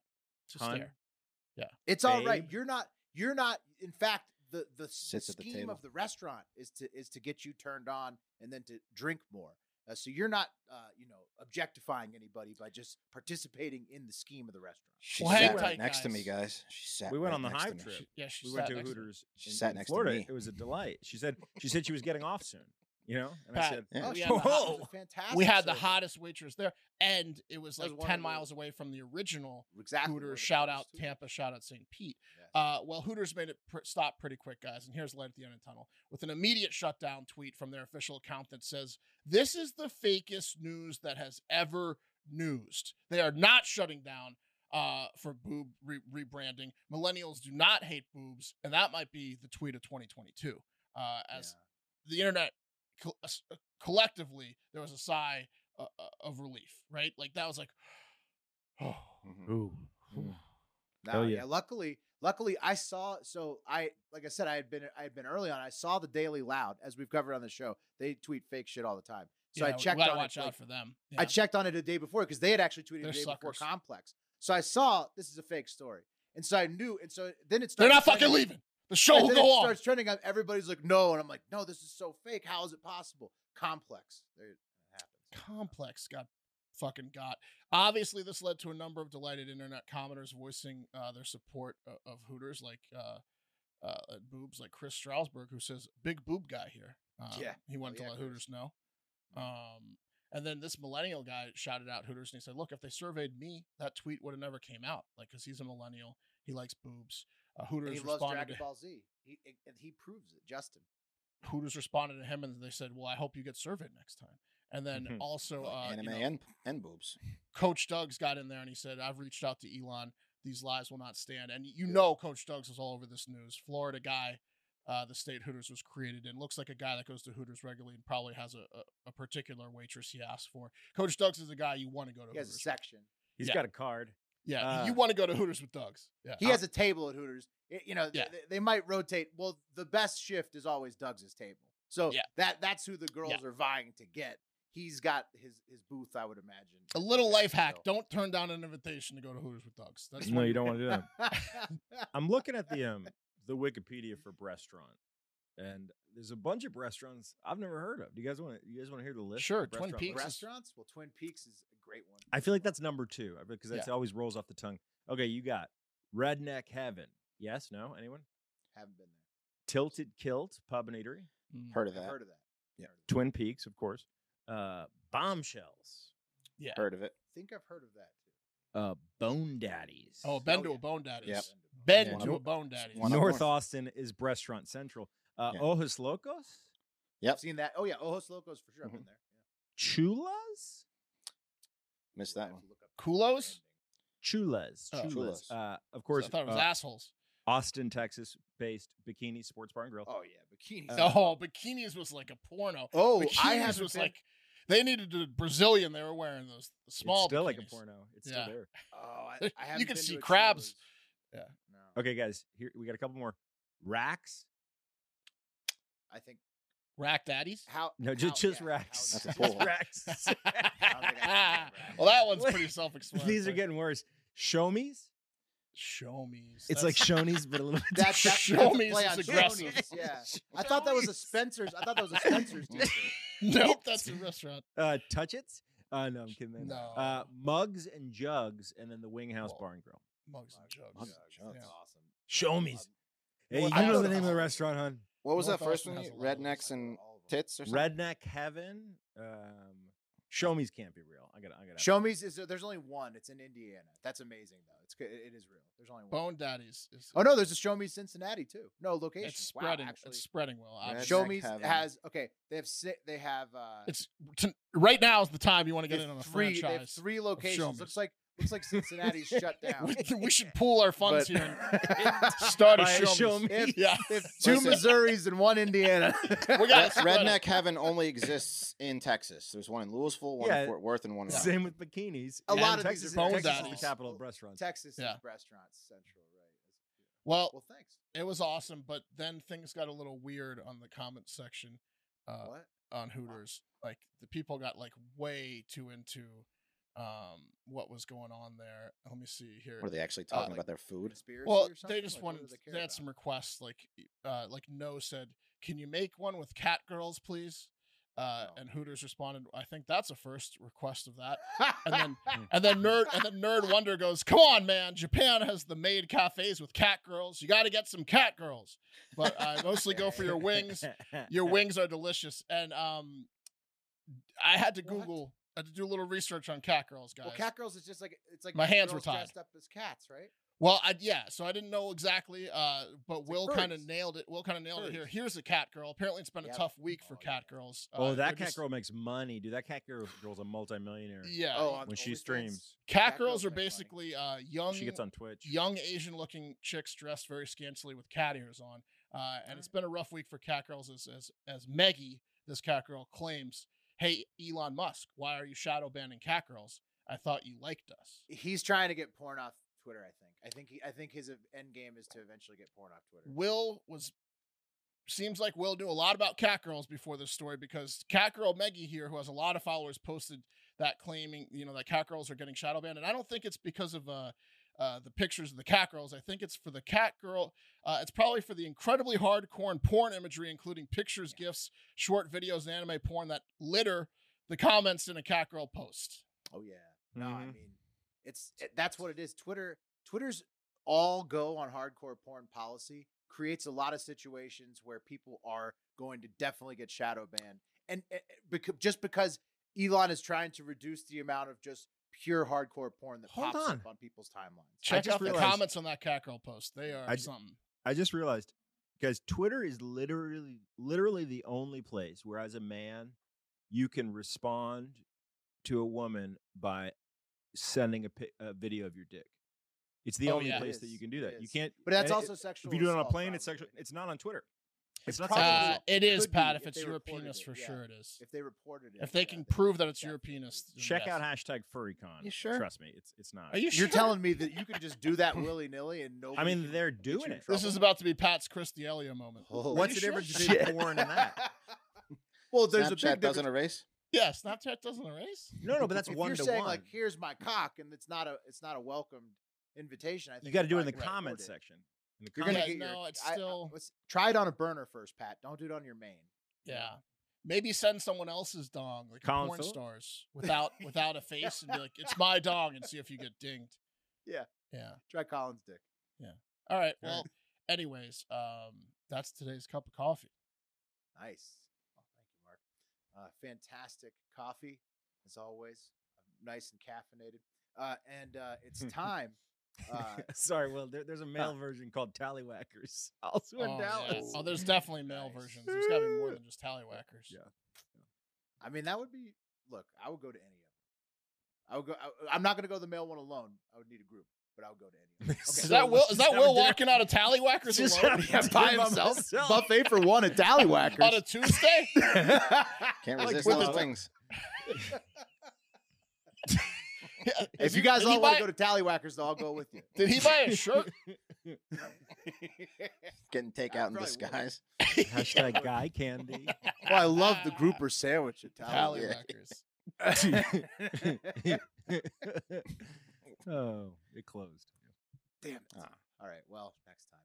B: Just
C: Hun.
B: there.
A: It's all right.
C: babe.
A: You're not. You're not. In fact, the the s-
D: Sits at the
A: scheme
D: table.
A: of the restaurant is to is to get you turned on and then to drink more. Uh, so you're not, uh, you know, objectifying anybody by just participating in the scheme of the restaurant.
D: She
B: Well, hang
D: sat
B: tight,
D: right next to me,
B: guys.
D: guys. She sat.
C: We went
D: right
C: on the
D: next to
C: hype
D: me.
C: trip.
B: She- yeah, she
C: we
B: sat
C: went to
B: next to me.
C: Hooters.
D: She sat
C: in
D: next to
C: Florida.
D: me.
C: It was a delight. She said she said she was getting off soon. You know, and
B: Pat,
C: I said,
A: Oh, yeah,
B: we
D: Yeah.
B: had the hot-
C: Whoa.
A: fantastic.
B: we had the
A: service.
B: hottest waitress there, and it was
A: That was
B: like
A: one of
B: ten
A: the-
B: miles away from the original
A: exactly where the
B: Hooters. Shout
A: food
B: out
A: was, too.
B: Tampa, shout out St. Pete.
A: Yes.
B: Uh, well, Hooters made it pr- stop pretty quick, guys. And here's light at the end of the tunnel with an immediate shutdown tweet from their official account that says, "This is the fakest news that has ever newsed. They are not shutting down." Uh, for boob re- rebranding, millennials do not hate boobs, and that might be the tweet of 2022. Uh, as the internet co- us- uh, collectively there was a sigh uh, uh, of relief right like that was like
A: Mm,
B: oh
D: Mhm.
C: "Ooh,
A: No,
D: Oh,
C: Hell
A: yeah.
C: yeah.
A: Luckily, luckily, I saw. So I, like I said, I had been, I had been early on. I saw the Daily Loud, as we've covered on the show. They tweet fake shit all the time. So I
B: yeah, we
A: checked
B: gotta
A: on
B: watch
A: it.
B: out
A: like,
B: for them
A: I
B: Yeah.
A: checked on it a day before because they had actually tweeted
B: They're
A: the day
B: suckers.
A: before Complex. So I saw this is a fake story, and so I knew. And so then it
B: they're
A: started.
B: not fucking
A: trending.
B: leaving the show
A: Right,
B: will
A: then
B: go
A: it
B: on
A: Starts trending. and Everybody's like, no, and I'm like, no, this is so fake. How is it possible? Complex. There it happens.
B: complex got fucking got obviously this led to a number of delighted internet commenters voicing uh, their support of, of hooters like uh, uh, uh, boobs like chris strasberg who says big boob guy here um,
A: Yeah.
B: he wanted
A: Oh, yeah, Mm-hmm.
B: to let
A: Chris.
B: hooters know um, and then this millennial guy shouted out hooters and he said look if they surveyed me that tweet would have never came out like because he's a millennial he likes boobs uh,
A: And
B: hooters
A: he loves
B: responded
A: Dragon
B: to-
A: Ball Z. He and he proves it. Justin.
B: hooters responded to him and they said well i hope you get surveyed next time and then
A: Mm-hmm.
C: Mhm.
B: also
D: Well,
B: uh, you
D: anime
B: know,
D: and and boobs.
B: Coach Doug's got in there and he said, I've reached out to Elon. These lies will not stand. And you know, Coach Doug's was all over this news. Florida guy, uh, the state Hooters was created in. Looks like a guy that goes to Hooters regularly and probably has a, a, a particular waitress he asked for. Coach Doug's is a guy you want to go to
A: He has a
B: Hooters. with.
A: section.
C: He's
B: Yeah.
C: got a card."
B: Yeah,
C: Uh,
B: you want to go to Hooters with Doug's. Yeah. uh,
A: He has a table at Hooters. It- you know,
B: Uh-huh. Yeah.
A: they, they might rotate. Well, the best shift is always Doug's table. So
B: Yeah.
A: that that's who the girls are vying to get. He's got his his booth, I would imagine.
B: a little
A: Yeah,
B: life hack.
A: so-
B: Don't turn down an invitation to go to Hooters with Doug's. That's
C: No,
B: one-
C: you don't want to do that. I'm looking at the um the Wikipedia for restaurant, and there's a bunch of restaurants I've never heard of. Do you guys want to? You guys want to hear the list? of
B: Sure, Twin
C: restaurant
B: Peaks
C: lists?
B: is-
A: Restaurants? Well, Twin Peaks is a great one.
C: I feel like that's number two uh, because
B: Yeah.
C: that's always rolls off the tongue. Okay, you got Redneck Heaven. Yes, no, anyone?
A: haven't been there.
C: Tilted Kilt Pub and Eatery.
B: Mm,
D: Heard of
A: I've
D: that?
A: heard of that.
D: Yeah.
A: Heard of that.
C: Twin Peaks, of course. Uh, Bombshells.
B: Yeah.
D: Heard of it?
A: I think I've heard of that too.
C: Uh, Bone Daddies.
B: Oh, been
A: Oh,
B: to
A: yeah.
B: a bone daddy's.
D: Yep.
B: Been
D: Yeah.
B: to a bone daddy's.
D: One up
C: North
D: north.
C: Austin is Restaurant Central. Uh,
D: Yeah.
C: Ojos Locos,
A: I've seen that. Oh yeah, Ojos Locos for sure.
D: Mm-hmm.
A: I've been there.
C: Chulas,
D: Missed
A: Yeah.
D: that
A: We'll have
D: one.
A: to look up the
B: Kulos?
C: Chulas,
B: Oh.
C: Chulas.
D: Chulas.
C: Uh, of
B: So
C: course,
B: I thought it was
C: uh,
B: assholes.
C: Austin, Texas-based Bikini Sports Bar and Grill.
A: branding. Oh yeah, bikinis.
B: oh, bikinis was like a porno.
A: Oh,
B: bikinis
A: I haven't
B: was
A: been-
B: like they needed a Brazilian. They were wearing those small.
C: it's still like
B: bikinis.
C: a porno. It's
B: Yeah.
C: still there.
A: Oh, I, I haven't
B: You
A: been
B: can
A: to
B: see
A: a
B: crabs.
A: Chulas.
B: Yeah.
A: No.
C: Okay, guys, here we got a couple more. Racks.
A: I think
B: Rack daddies.
A: how
C: No,
A: how-
C: just just
A: yeah,
C: racks.
A: how-
D: That's a
C: Just
D: full one.
C: racks.
B: well, that one's
C: What-
B: pretty self-explanatory.
C: These are getting worse. Show me's.
B: show me.
C: It's like Shoney's, but a little bit.
A: That's, that's,
B: Show
A: that's a
B: me's
A: play
B: is
A: on
B: aggressive.
A: Shoney's, Yeah. I thought that was a Spencer's. I thought that was a Spencer's. t-shirt.
B: nope. That's a restaurant.
C: uh, touch it. Uh, no, I'm kidding. man.
B: No.
C: Uh, mugs and jugs, and then the Wing House
B: Well,
C: Barn Grill.
B: Mugs and jugs.
D: Mugs and
B: Yeah.
D: Jugs.
A: awesome.
C: Show
A: Um,
C: Hey,
D: well,
C: you know
D: that's-
C: the name of the restaurant, hon?
D: What was
B: North
D: that first
B: Austin
D: one?
B: has a
D: you-
B: lot of those.
D: Rednecks and tits or something?
C: Redneck Heaven. Um, Show me's can't be real. I got. to I got. to
A: Show me's is uh, there's only one. It's in Indiana. That's amazing though. It's it is real. There's only one.
B: Bone Daddies is.
A: Oh no, there's a Show Me Cincinnati too. No location.
B: It's spreading.
A: Wow, actually,
B: it's spreading well.
D: Redneck
B: obviously.
A: Show Me's
D: Heaven.
A: has okay. They have si- they have uh,
B: It's t- right now is the time you want to
A: they
B: get in
A: have
B: on a
A: three. They have
B: franchise.
A: three locations.
B: Me's.
A: Looks like looks like Cincinnati's shut down.
B: We, we should pool our funds
A: But-
B: here and start a
C: Buy a
B: show.
C: Show
B: me.
A: if,
B: Yeah,
A: if two
D: Listen.
A: Missouris and one Indiana.
B: we
D: Red-
B: got spread it.
D: Redneck Heaven only exists in Texas. There's one in Louisville, one
C: Yeah.
D: in Fort Worth, and one in.
C: Same with bikinis.
A: A
C: and
A: lot of
C: Texas,
A: these are
B: Bone
C: Texas is
B: Daddies.
C: the capital of restaurants.
A: Texas
B: Yeah. Oh.
A: is restaurants central, right?
B: Well,
A: Well, thanks.
B: it was awesome, but then things got a little weird on the comment section uh,
A: what?
B: on Hooters. Like the people got like way too into um, what was going on there. Let me see here.
D: Were they actually talking
B: like-
D: about their food?
A: Conspiracy
B: Well,
A: or
B: they
A: something?
B: just
A: Like, what
B: wanted.
A: do care
B: They, had
A: about?
B: some requests, like uh, like No said, "Can you make one with cat girls, please?" Uh,
A: No.
B: And Hooters responded, "I think that's a first request of that." And then and then nerd and then nerd wonder goes, "Come on, man! Japan has the maid cafes with cat girls. You got to get some cat girls." But I mostly go for your wings. Your wings are delicious, and um, I had to
A: What?
B: Google. I had to do a little research on cat girls, guys.
A: well, cat girls is just like it's like
B: My hands
A: girls
B: were tied.
A: dressed up as cats, right?
B: Well, I, yeah, so I didn't know exactly, uh, but
A: It's like
B: Will kind
A: furries.
B: of nailed it. Will kind of nailed it here.
A: Furries.
B: Here's a cat girl. Apparently, it's been
A: Yep.
B: a tough week for
A: Oh,
B: cat
A: yeah.
B: girls.
C: Oh,
B: Uh,
C: that
B: they're
C: cat
B: just-
C: girl makes money, dude. That cat girl, girl's a multimillionaire.
B: Yeah,
A: on
C: When she
A: OnlyFans?
C: streams,
B: cat,
A: Oh, uh, cat girls
B: girls are
A: make money.
B: basically uh, young,
C: she gets on Twitch.
B: young Asian-looking chicks dressed very scantily with cat ears on, uh, and it's been a rough week for cat girls. As as as Maggie, this cat girl claims, "Hey, Elon Musk, why are you shadow banning cat girls? I thought you liked us."
A: He's trying to get porn off Twitter. I think. I think. He, I think his e, end game is to eventually get porn off Twitter.
B: Will was seems like Will knew a lot about cat girls before this story because cat girl Meggie here, who has a lot of followers, posted that claiming you know that cat girls are getting shadow banned, and I don't think it's because of uh, uh, the pictures of the cat girls. I think it's for the cat girl. Uh, it's probably for the incredibly hardcore and porn imagery, including pictures, gifs, short videos, and anime porn that litter the comments in a cat girl post.
A: Oh yeah. No, I
C: Mhm.
A: mean, it's it, that's what it is. Twitter, Twitter's all go on hardcore porn policy creates a lot of situations where people are going to definitely get shadow banned, and, and because, just because Elon is trying to reduce the amount of just pure hardcore porn that
C: Hold
A: pops
C: on.
A: up on people's timelines.
B: Check
C: just
B: out the
C: realized-
B: comments on that cat girl post. They are
C: I j-
B: something.
C: I just realized because Twitter is literally literally the only place where as a man you can respond to a woman by sending a, pi- a video of your dick. It's the
B: Oh,
C: only
B: yeah.
C: place
A: It
C: that you
A: is.
C: can do
A: It
C: that. You
A: is.
C: can't
A: But that's
C: and it-
A: also sexual.
C: if you do it on a
A: assault,
C: plane it's
A: probably.
C: sexual it's not on Twitter. It's, not
A: probably-
C: sexual
B: Uh,
C: assault.
B: it is,
A: could be
B: Pat. If
A: if
B: it's
A: they
B: your
A: reported
B: penis,
A: it,
B: for
A: yeah.
B: sure it is.
A: If they reported it,
B: If they
A: yeah,
B: can
A: then
B: prove that it's your
A: definitely.
B: penis, then
C: Check out
B: yes.
C: hashtag furrycon.
D: You sure?
C: Trust me, it's it's not.
B: Are you
A: You're
B: sure?
A: telling me that you can just do that willy nilly and nobody.
C: I mean,
A: can
C: they're
A: get you in
C: doing it.
B: this
A: trouble?
B: is about to be Pat's Christielio moment.
D: Holy
C: What's the
B: sure?
C: difference between porn and that?
A: well, there's a big
D: Snapchat
A: difference.
D: doesn't erase.
B: Yeah, Snapchat doesn't erase.
C: No, no, but that's
A: if
C: one
A: you're
C: to
A: saying
C: one.
A: like here's my cock and it's not a it's not a welcomed invitation i think
C: you got to do it in the
A: probably gonna
C: comment
A: report it.
C: section. In the
A: you're
C: comment
A: gonna
B: Yeah,
A: get
B: no,
A: your,
B: it's
A: I- I-
B: still-
A: let's try it on a burner first pat don't do it on your main
B: Yeah, maybe send someone else's dong, like a
C: Colin
B: porn
C: Phillips?
B: stars, without without a face, and be like, "It's my dong," and see if you get dinged.
A: Yeah.
B: yeah.
A: try colin's dick
B: All right.
C: All right.
B: Well, anyways, um, that's today's cup of coffee.
A: nice oh, thank you mark uh, fantastic coffee as always nice and caffeinated uh, and uh, it's time uh,
C: Sorry, well, there, there's a male version called Tallywhackers, also in
B: oh, yeah.
C: Dallas.
B: Oh, there's definitely male
A: Nice.
B: versions. There's got to be more than just tallywhackers.
C: Yeah.
A: I mean, that would be. Look, I would go to any of them. I would go. I, I'm not going to go the male one alone. I would need a group, but I would go to any. Of them.
C: So
B: Is that Will?
C: let's
B: Is
C: just
B: that
C: have a
B: Will
C: dinner-
B: walking out of tallywhackers
C: Just
B: alone
C: have a dinner
A: Buffet for one at Tallywhackers.
B: on a Tuesday?
D: Can't
C: Like,
D: resist
C: with
D: those
C: the-
D: things.
A: if you guys
B: Did he
A: all want
B: buy-
A: to go to Tallywhackers, though, I'll go with you.
B: Did he buy a shirt?
D: Getting
A: I
D: takeout in
A: probably would.
D: disguise.
C: Hashtag guy candy.
A: well, I love the grouper sandwich at
B: Tally
D: Yeah.
A: Tallywhackers.
B: Whackers.
C: oh, it closed.
A: Damn it.
D: Ah.
A: All right. Well, next time.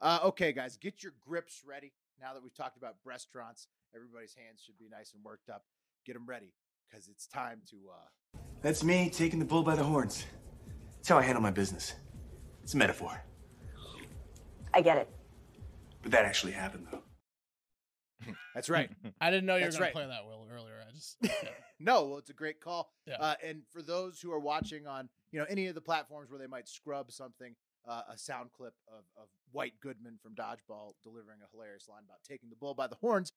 A: Uh, okay, guys, get your grips ready. Now that we've talked about restaurants, everybody's hands should be nice and worked up. Get them ready because it's time to. uh
H: That's me taking the bull by the horns. That's how I handle my business. It's a metaphor,
I: I get it.
H: but that actually happened though.
A: That's right.
B: I didn't know you were
A: That's
B: going
A: right.
B: to play that Will earlier. I just yeah.
A: No, well, it's a great call.
B: Yeah.
A: Uh, and for those who are watching on, you know, any of the platforms where they might scrub something, uh, a sound clip of, of White Goodman from Dodgeball delivering a hilarious line about taking the bull by the horns.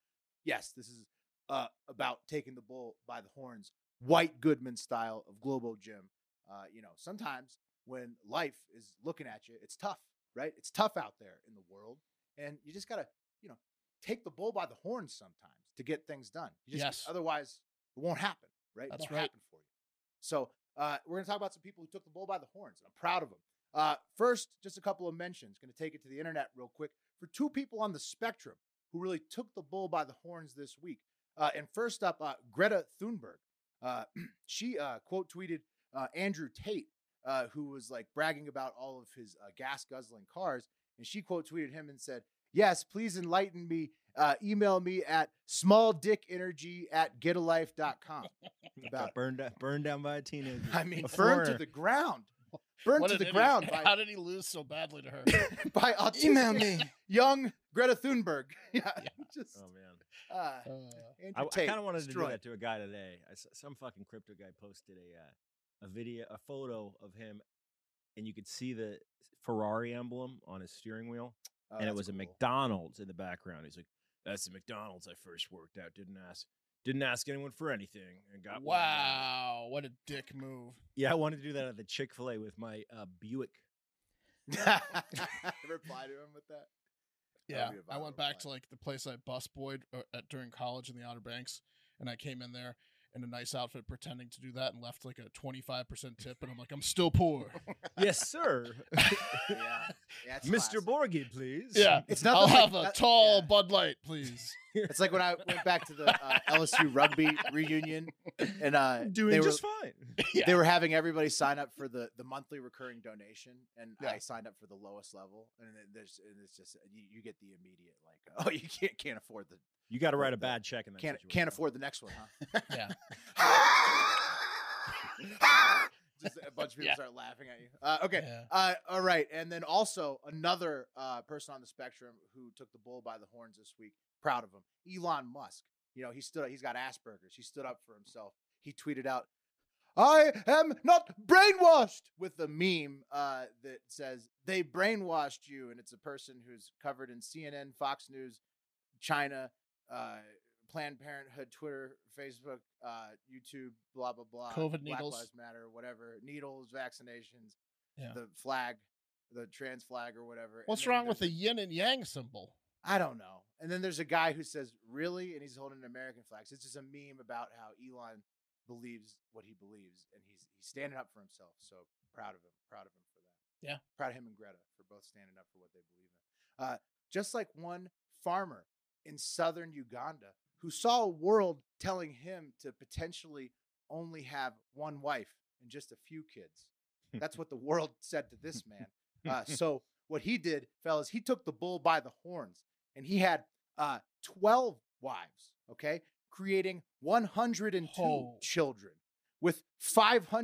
A: Yes, this is uh, about taking the bull by the horns, White Goodman style of Globo Gym. Uh, you know, sometimes when life is looking at you, it's tough, right? It's tough out there in the world, and you just gotta, you know, take the bull by the horns sometimes to get things done. You just,
B: Yes.
A: Otherwise, it won't happen, right?
B: That's
A: it won't
B: right.
A: happen for you. So uh, we're going to talk about some people who took the bull by the horns, and I'm proud of them. Uh, first, just a couple of mentions. Going to take it to the internet real quick for two people on the spectrum who really took the bull by the horns this week. Uh, and first up, uh, Greta Thunberg. Uh, she uh, quote tweeted uh, Andrew Tate, uh, who was like bragging about all of his uh, gas guzzling cars, and she quote tweeted him and said, "Yes, please enlighten me. Uh, email me at smalldickenergy at getalife.com."
C: Got
A: About
C: burned down, burned down by a teenager.
A: I mean,
C: A
A: burned to
C: foreigner.
A: the ground, burned
B: What
A: to
B: an
A: the
B: idiot.
A: ground
B: How
A: by,
B: did he lose so badly to her?
A: by autistic
D: Email me.
A: young Greta Thunberg. yeah, just
C: Oh man,
A: uh,
B: Uh,
A: Andrew
C: I,
A: Tate
C: kind of wanted
A: destroyed.
C: to do that to a guy today. I s some fucking crypto guy posted a uh, a video, a photo of him, and you could see the Ferrari emblem on his steering wheel,
A: Oh,
C: and it
A: that's
C: was a
A: cool.
C: McDonald's in the background. He's like, "That's the McDonald's I first worked at. Didn't ask, didn't ask anyone for anything, and got what I wanted."
B: wow, what a dick move!
C: Yeah, I wanted to do that at the Chick Fil A with my uh, Buick.
A: Reply to him with that.
B: Yeah,
A: That'd be a
B: I
A: viral
B: went back to
A: reply.
B: like the place I busboyed uh, at, during college in the Outer Banks, and I came in there in a nice outfit, pretending to do that, and left like a twenty five percent tip, and I'm like, I'm still poor.
C: yes, sir.
A: Yeah, yeah it's
C: Mr.
A: classic.
C: Borgid, please.
B: yeah,
A: It's
B: I'll
A: nothing like-
B: have a
A: that-
B: tall
A: yeah.
B: Bud Light, please.
A: It's like when I went back to the uh, LSU rugby reunion, and uh,
C: doing
A: they were
C: just fine.
B: yeah.
A: they were having everybody sign up for the the monthly recurring donation, and
B: Yeah.
A: I signed up for the lowest level. And then there's and it's just you, you get the immediate like, oh, you can't can't afford the
C: You got to write a
A: What the-
C: bad check in that
A: can't
C: situation.
A: can't afford the next one, huh?
B: Yeah.
A: Just a bunch of people
B: Yeah.
A: start laughing at you. Uh, okay.
B: Yeah.
A: Uh, all right, and then also another uh, person on the spectrum who took the bull by the horns this week. Proud of him, Elon Musk. You know he stood. He's got Asperger's. He stood up for himself. He tweeted out, "I am not brainwashed." With the meme uh, that says "They brainwashed you," and it's a person who's covered in CNN, Fox News, China, uh, Planned Parenthood, Twitter, Facebook, uh, YouTube, blah blah blah.
B: COVID
A: Black
B: needles.
A: Lives Matter, whatever. Needles, vaccinations
B: Yeah.
A: the flag, the trans flag or whatever. and
B: What's
A: then
B: wrong with the
A: there's a-
B: yin and yang symbol?
A: I don't know. And then there's a guy who says, "Really?" and he's holding an American flag. So it's just a meme about how Elon believes what he believes, and he's he's standing up for himself. So proud of him. Proud of him for that.
B: Yeah.
A: Proud of him and Greta for both standing up for what they believe in. Uh, just like one farmer in southern Uganda who saw a world telling him to potentially only have one wife and just a few kids. That's what the world said to this man. Uh, so what he did, fellas, he took the bull by the horns and he had uh, 12 wives, okay, creating 102
B: Oh.
A: children with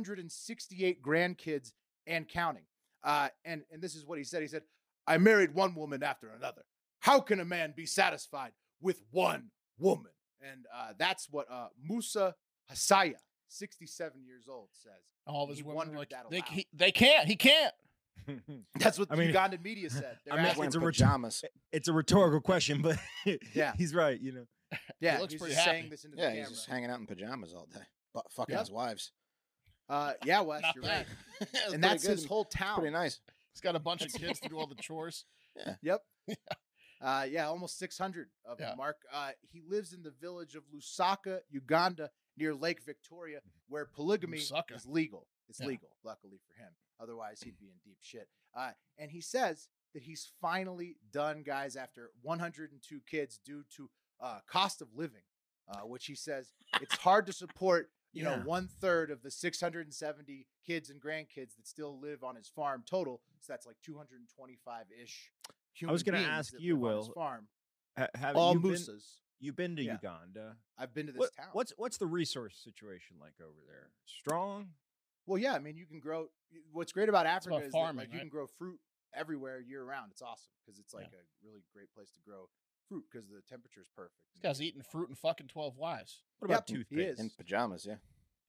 A: 568 grandkids and counting. Uh, and, and this is what he said. He said, I married one woman after another. How can a man be satisfied with one woman? And uh, that's what uh, Musa Hasaya, 67 years old, says.
B: All of his
A: He
B: women
A: wondered
B: were like
A: that
B: they,
A: aloud.
B: he, they can't. He can't.
A: That's what
C: I mean-
A: the Ugandan media said. They're
C: I mean,
A: asking-
D: Wearing
C: it's a ret-
D: pajamas.
C: it's a rhetorical question, but
A: Yeah.
C: he's right. You know,
A: yeah,
B: looks
A: he's
B: pretty
A: just
B: happy.
A: saying this into
D: Yeah,
A: the
D: he's
A: camera.
D: just hanging out in pajamas all day, bu- fucking
A: Yeah.
D: his wives.
A: uh, yeah, Wes,
B: Not
A: you're
B: bad.
A: right. And that's his whole town.
D: Pretty nice.
B: He's got a bunch of kids to do all the chores.
A: Yep. Uh, yeah, almost 600 of them,
B: Yeah.
A: Mark. Uh, he lives in the village of Lusaka, Uganda, near Lake Victoria, where polygamy
B: Mm-hmm. Lusaka.
A: is legal. It's
B: Yeah.
A: legal, luckily for him. Otherwise, he'd be in deep shit. Uh, and he says that he's finally done, guys, after 102 kids due to uh, cost of living, uh, which he says it's hard to support. You know,
C: Yeah.
A: one third of the 670 kids and grandkids that still live on his farm total. So that's like 225 ish
C: I was
A: human
C: gonna
A: beings
C: ask
A: that
C: you,
A: live on his
C: Will,
A: farm.
C: ha- have
A: all
C: you been-
A: mooses.
C: You've been to
A: Yeah.
C: Uganda.
A: I've been to this
C: What-
A: town.
C: What's what's the resource situation like over there? Strong?
A: Well, yeah, I mean, you can grow. y- What's great about
B: about
A: Africa is that,
B: farming,
A: like you
B: right?
A: can grow fruit everywhere year round. It's awesome because it's like a really great place to grow fruit because the temperature is perfect.
B: This
A: and
B: guy's
A: everything.
B: eating fruit and fucking twelve wives.
C: What
A: Yep,
C: about
A: he
C: toothpaste?
A: is.
D: in pajamas.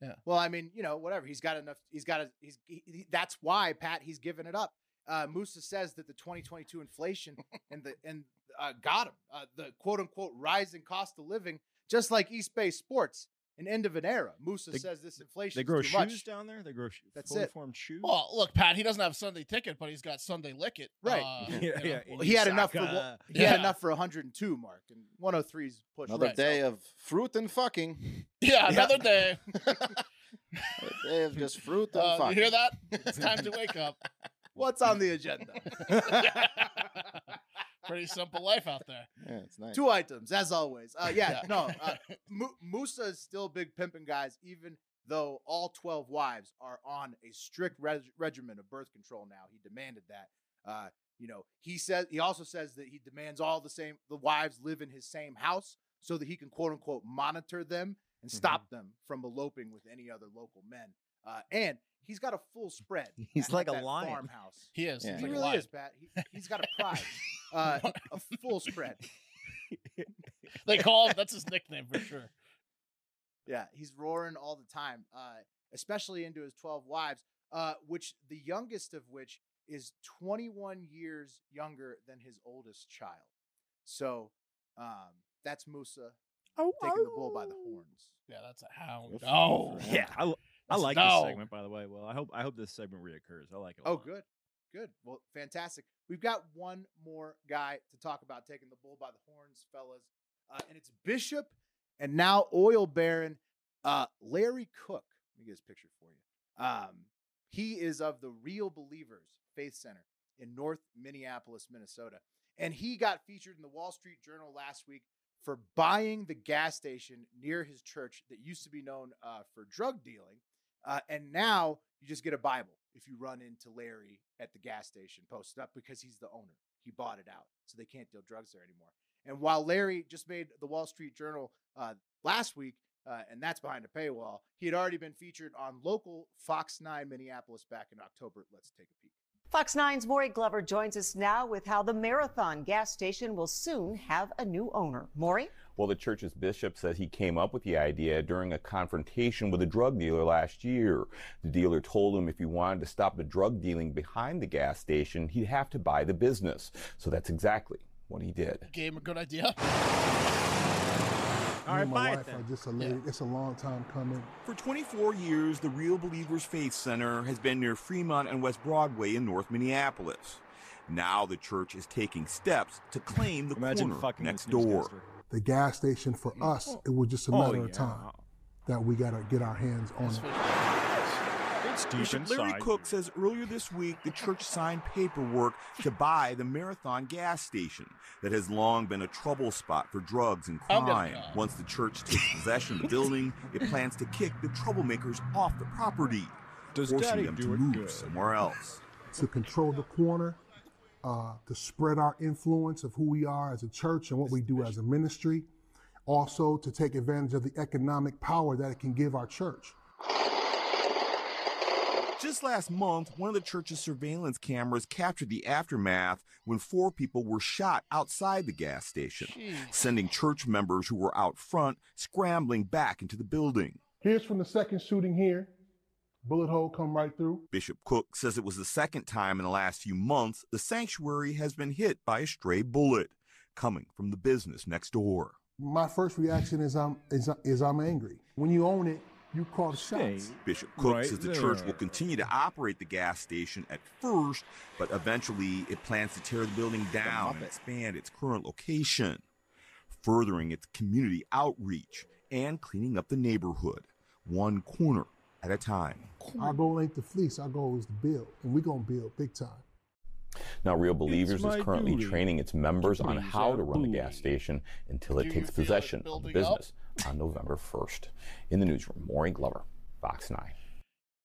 D: Yeah,
A: Well, I mean, you know, whatever. He's got enough. He's got a. He's. He, he- that's why Pat. He's giving it up. Uh, Musa says that the 2022 inflation and the and uh, got him uh, the quote unquote rising cost of living, just like East Bay sports, an end of an era. Musa
C: They-
A: says this inflation
C: They grow
A: is too
C: shoes
A: much.
C: down there. They grow sh-
A: That's
C: fully
A: it.
C: formed shoes.
B: Well, look, Pat, he doesn't have Sunday ticket, but he's got Sunday licket.
A: Right.
B: Uh,
C: yeah,
B: you know.
C: yeah,
A: Well,
C: in
A: he had enough for
C: Lusaka.
A: one- He had
B: Yeah.
A: enough for 102 mark and 103 is pushing.
D: another
B: Right.
D: day of fruit and fucking.
B: Yeah, another day.
D: Another day of just fruit and
B: Uh, you
D: fucking.
B: hear that? It's time to wake up.
A: What's on the agenda?
B: Pretty simple life out there.
D: Yeah, it's nice.
A: Two items, as always. Uh, yeah,
B: Yeah.
A: no. Uh, Mu- Musa is still big pimping guys, even though all 12 wives are on a strict reg- regimen of birth control now. He demanded that. Uh, you know, he says he also says that he demands all the same the wives live in his same house so that he can quote unquote monitor them and
C: Mm-hmm.
A: stop them from eloping with any other local men. Uh, and he's got a full spread.
C: He's
A: at-
C: like
A: at
C: a
A: that
C: lion.
A: farmhouse.
B: He is.
D: Yeah.
B: He's
A: He
B: like a
A: really
B: lion.
A: is, Pat. He, he's got a pride, uh, a full spread.
B: They call him. That's his nickname for sure.
A: Yeah, he's roaring all the time, uh, especially into his 12 wives, uh, which the youngest of which is 21 years younger than his oldest child. So um, that's Musa taking the bull by the horns.
B: Yeah, that's a hound.
D: Oof.
B: Oh,
D: Yeah.
C: Yeah, I, l- I
B: That's
C: like
B: dog.
C: this segment by the way. Well, I hope I hope this segment reoccurs. I like it. a
A: Oh,
C: lot.
A: good. Good. Well, fantastic. We've got one more guy to talk about taking the bull by the horns, fellas. Uh, and it's Bishop and now oil baron uh, Larry Cook. Let me get his picture for you. Um, he is of the Real Believers Faith Center in North Minneapolis, Minnesota. And he got featured in the Wall Street Journal last week for buying the gas station near his church that used to be known uh, for drug dealing. Uh, and now you just get a Bible if you run into Larry at the gas station posted up because he's the owner. He bought it out, so they can't deal drugs there anymore. And while Larry just made the Wall Street Journal uh, last week, uh, and that's behind a paywall, he had already been featured on local Fox 9 Minneapolis back in October. Let's take a peek.
I: Fox 9's Maury Glover joins us now with how the Marathon gas station will soon have a new owner. Maury?
J: Well, the church's bishop said he came up with the idea during a confrontation with a drug dealer last year. The dealer told him if he wanted to stop the drug dealing behind the gas station, he'd have to buy the business. So that's exactly what he did.
B: gave him a good idea.
C: All
G: Me
C: right,
G: and my
C: buy it
G: wife
C: then.
G: are just elated. It's a long time coming.
H: For 24 years, the Real Believers Faith Center has been near Fremont and West Broadway in North Minneapolis. Now the church is taking steps to claim the
C: Imagine
H: corner
C: fucking
H: next
C: this
H: door.
C: newscaster.
G: The gas station for us, it was just a
C: Oh,
G: matter
C: yeah.
G: of time that we got to get our hands on
B: That's
G: it.
B: what-
C: It's deep
H: Bishop Larry
C: inside
H: Cook
C: you.
H: says earlier this week the church signed paperwork to buy the Marathon gas station that has long been a trouble spot for drugs and
C: Oh,
B: I'm gonna
H: crime.
B: cry.
H: Once the church takes possession of the building, it plans to kick the troublemakers off the property,
C: Does Daddy
H: forcing them
C: do
H: to
C: it
H: move
C: good?
H: somewhere else.
G: to control the corner, uh, to spread our influence of who we are as a church and what we do as a ministry, also to take advantage of the economic power that it can give our church.
H: Just last month, one of the church's surveillance cameras captured the aftermath when four people were shot outside the gas station, sending church members who were out front scrambling back into the building.
G: Here's from the second shooting here. Bullet hole come right through.
H: Bishop Cook says it was the second time in the last few months the sanctuary has been hit by a stray bullet coming from the business next door.
G: My first reaction is I'm is, is I'm angry. When you own it, you call the shots.
C: Stay
H: Bishop Cook
C: right
H: says the church
C: there.
H: will continue to operate the gas station at first, but eventually it plans to tear the building down and expand its current location, furthering its community outreach and cleaning up the neighborhood, one corner at a time.
G: Our goal ain't to fleece. Our goal is to build, and we gonna build big time.
J: Now, Real Believers
C: my
J: is currently
C: duty
J: training its members
C: to
J: on
C: please
J: how
C: our
J: to run the
C: booty.
J: gas station until it
B: Do you
J: takes
B: feel it
J: possession of the
B: building up?
J: business on November 1st. In the newsroom, Maury Glover, Fox 9.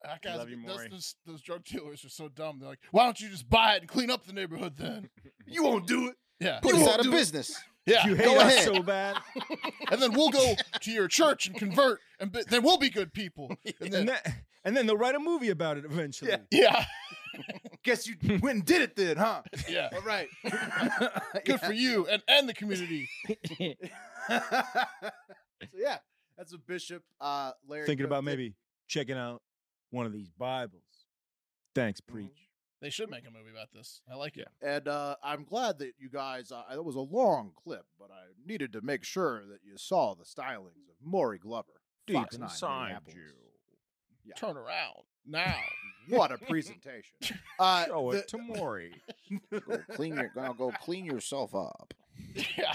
B: That guy's,
C: Love you,
B: those,
C: Maury.
B: those, those drug dealers are so dumb. They're like, why don't you just buy it and clean up the neighborhood then?
A: You won't do it.
B: Yeah.
D: Put us
A: won't
D: out of
A: do it.
D: business.
B: Yeah.
C: You
B: go
C: hate us
B: ahead.
C: so bad.
B: and then we'll go to your church and convert, and be- then we'll be good people. And then,
C: And, that, and then they'll write a movie about it eventually.
B: yeah,
A: Guess you went and did it then, huh?
B: yeah,
A: All right.
B: good for you and and the community.
A: so yeah, that's a bishop. Uh, Larry
C: Thinking
A: Cook
C: about
A: did.
C: maybe checking out one of these Bibles. Thanks, preach.
B: They should make a movie about this. I like it.
A: And uh, I'm glad that you guys. Uh, it was a long clip, but I needed to make sure that you saw the stylings of Maury Glover. Fox 9, Minneapolis. Yeah.
B: Turn around now.
A: What a presentation! Uh,
C: Show
A: the-
C: it to Maury.
D: Go clean your, gonna go clean yourself up.
B: Yeah.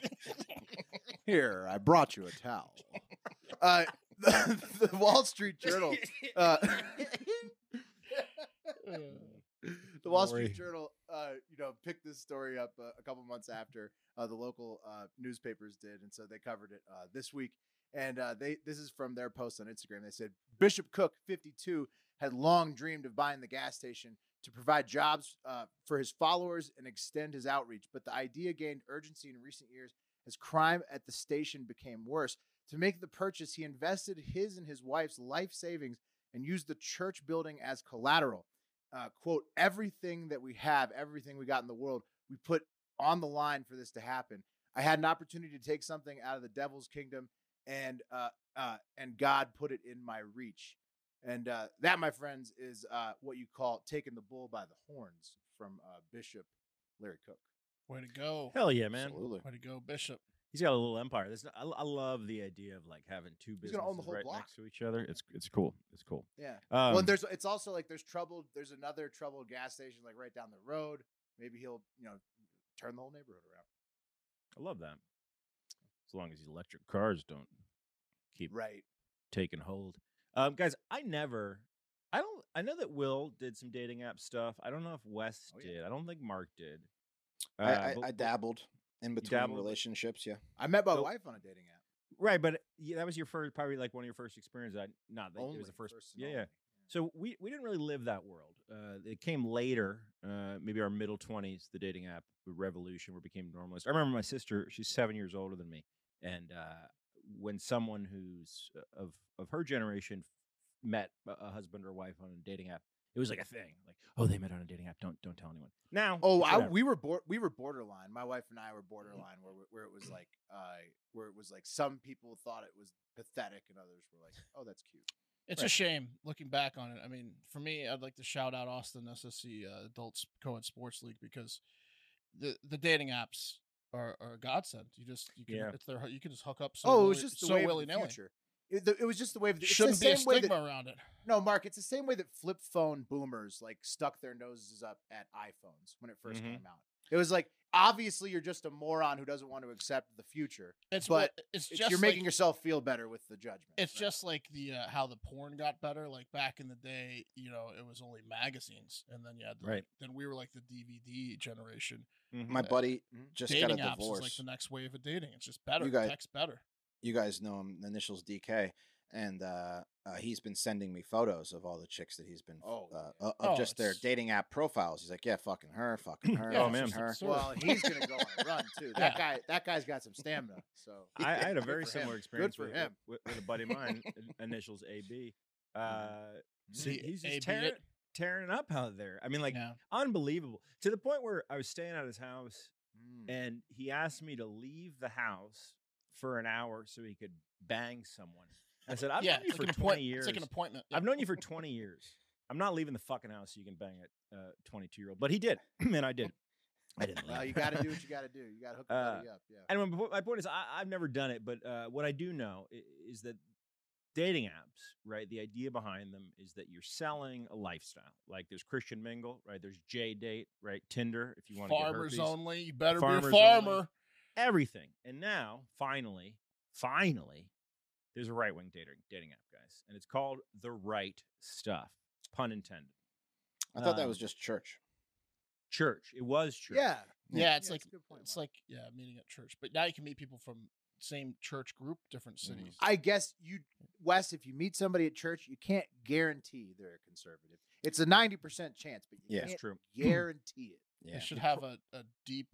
A: Here, I brought you a towel. Uh, the, the Wall Street Journal. Uh, the Wall Street
C: Maury.
A: Journal, uh, you know, picked this story up uh, a couple months after uh, the local uh, newspapers did, and so they covered it uh, this week. And uh, they this is from their post on Instagram. They said Bishop Cook, 52, had long dreamed of buying the gas station to provide jobs uh, for his followers and extend his outreach, but the idea gained urgency in recent years as crime at the station became worse. To make the purchase, he invested his and his wife's life savings and used the church building as collateral. Uh, quote, everything that we have, everything we got in the world, we put on the line for this to happen. I had an opportunity to take something out of the devil's kingdom, and uh, uh, and God put it in my reach. And uh, that, my friends, is uh, what you call taking the bull by the horns from uh, Bishop Larry Cook.
B: Way to go.
C: Hell yeah, man.
D: Absolutely.
B: Way to go, Bishop.
C: He's got a little empire. That's not, I, I love the idea of like having two
A: He's
C: businesses
A: gonna own the whole
C: right
A: block.
C: next to each other. It's it's cool. It's cool.
A: Yeah.
C: Um,
A: well, there's it's also like there's troubled. There's another troubled gas station like right down the road. Maybe he'll you know turn the whole neighborhood around.
C: I love that. As long as electric cars don't keep
A: Right.
C: taking hold. Um, guys, I never. I don't. I know that Will did some dating app stuff. I don't know if Wes
A: Oh, yeah.
C: did. I don't think Mark did.
D: I,
C: Uh,
D: I,
C: but-
D: I
C: but-
D: dabbled in between
C: dabbled, but-
D: relationships. Yeah,
A: I met my
C: So-
A: wife on a dating app.
C: Right, but yeah, that was your first, probably like one of your first experiences. I not that it
A: Only,
C: was the first.
A: first and
C: yeah, yeah.
A: only.
C: So we we didn't really live that world. Uh, it came later, uh, maybe our middle twenties. The dating app revolution, where it became normalist. I remember my sister; she's seven years older than me, and uh, when someone who's uh, of of her generation met a- a husband or wife on a dating app, it was like a thing. Like, oh, they met on a dating app. Don't don't tell anyone. Now,
A: Oh,
C: it's
A: I,
C: whatever.
A: we were bor- we were borderline. My wife and I were borderline, where where it was like, uh, where it was like some people thought it was pathetic, and others were like, "Oh, that's cute."
B: It's a shame looking back on it. I mean, for me, I'd like to shout out Austin SSC uh, Adults Co-ed Sports League because the the dating apps are, are a godsend. You just you can
C: Yeah.
B: it's their you can just hook up. So
A: oh, it
B: willy,
A: was just the
B: so
A: wave
B: willy
A: of the
B: nilly.
A: future. It, the- it was just the wave. Of the, it's the
B: Shouldn't be
A: same
B: a
A: way
B: stigma
A: that,
B: around it.
A: No, Mark, it's the same way that flip phone boomers like stuck their noses up at iPhones when it 1st
C: Mhm.
A: came out. It was like obviously you're just a moron who doesn't want to accept the future.
B: It's
A: but
B: what it's
A: It's-
B: just
A: you're making
B: like-
A: yourself feel better with the judgment.
B: It's
A: right?
B: just like the uh, how the porn got better. Like back in the day, you know, it was only magazines, and then you had like,
C: Right.
B: Then we were like the DVD generation.
C: Mhm.
D: my
B: Uh,
D: buddy just got a
B: dating apps
D: divorce.
B: is like the next wave of dating. It's just better.
D: You guys-
B: Text better.
D: you guys know him, initials DK, and uh, uh, he's been sending me photos of all the chicks that he's been f-
A: Oh,
D: uh,
A: yeah.
D: o- of
B: Oh,
D: just their
B: it's-
D: dating app profiles. He's like, yeah, fucking her, fucking her,
C: Oh,
D: fucking
C: man.
D: her.
B: Sort of.
A: well, he's gonna go on a run too. That guy, that guy's got some stamina. So
C: I, I had a
A: Good
C: very
A: for him.
C: similar experience
A: Good for
C: with,
A: him.
C: With, with a buddy of mine, in- initials AB.
A: Mm-hmm.
C: Uh, he-
B: See,
C: he's
B: A, B,
C: just tearing,
B: it.
C: tearing up out there. I mean, like
B: yeah.
C: unbelievable to the point where I was staying at his house
A: Mm.
C: and he asked me to leave the house for an hour so he could bang someone. I said, I've
B: yeah,
C: known you
B: it's
C: for
B: like an
C: 20
B: appoint- It's
C: years.
B: like an appointment.
C: I've known you for 20 years. I'm not leaving the fucking house so you can bang a 22 year old. But he did. and I did. I didn't leave.
A: Well, you got to do what you got to do. You got to hook the
C: Uh,
A: buddy up. Yeah.
C: And my po- my point is, I, I've never done it, but uh, what I do know i- is that dating apps, right? The idea behind them is that you're selling a lifestyle. Like there's Christian Mingle, right? There's J Date, right? Tinder, if you want to get
B: farmers
C: herpes,
B: only. You better be a
C: Farmers
B: farmer.
C: only. everything. And now, finally, finally, there's a right wing dating dating app, guys, and it's called the Right Stuff, pun intended.
D: I thought that
C: Um,
D: was just church.
C: church. It was church.
A: Yeah.
B: Yeah, it's
A: that's
B: like-
A: a good point,
B: It's
A: Mark.
B: like yeah, meeting at church. But now you can meet people from same church group,
C: Mm,
B: different cities.
A: I guess you, Wes, if you meet somebody at church, you can't guarantee they're a conservative. It's a ninety percent chance, but you
D: Yeah.
C: that's
A: can't
C: true.
A: guarantee it.
B: They
D: Yeah,
B: should have a, a deep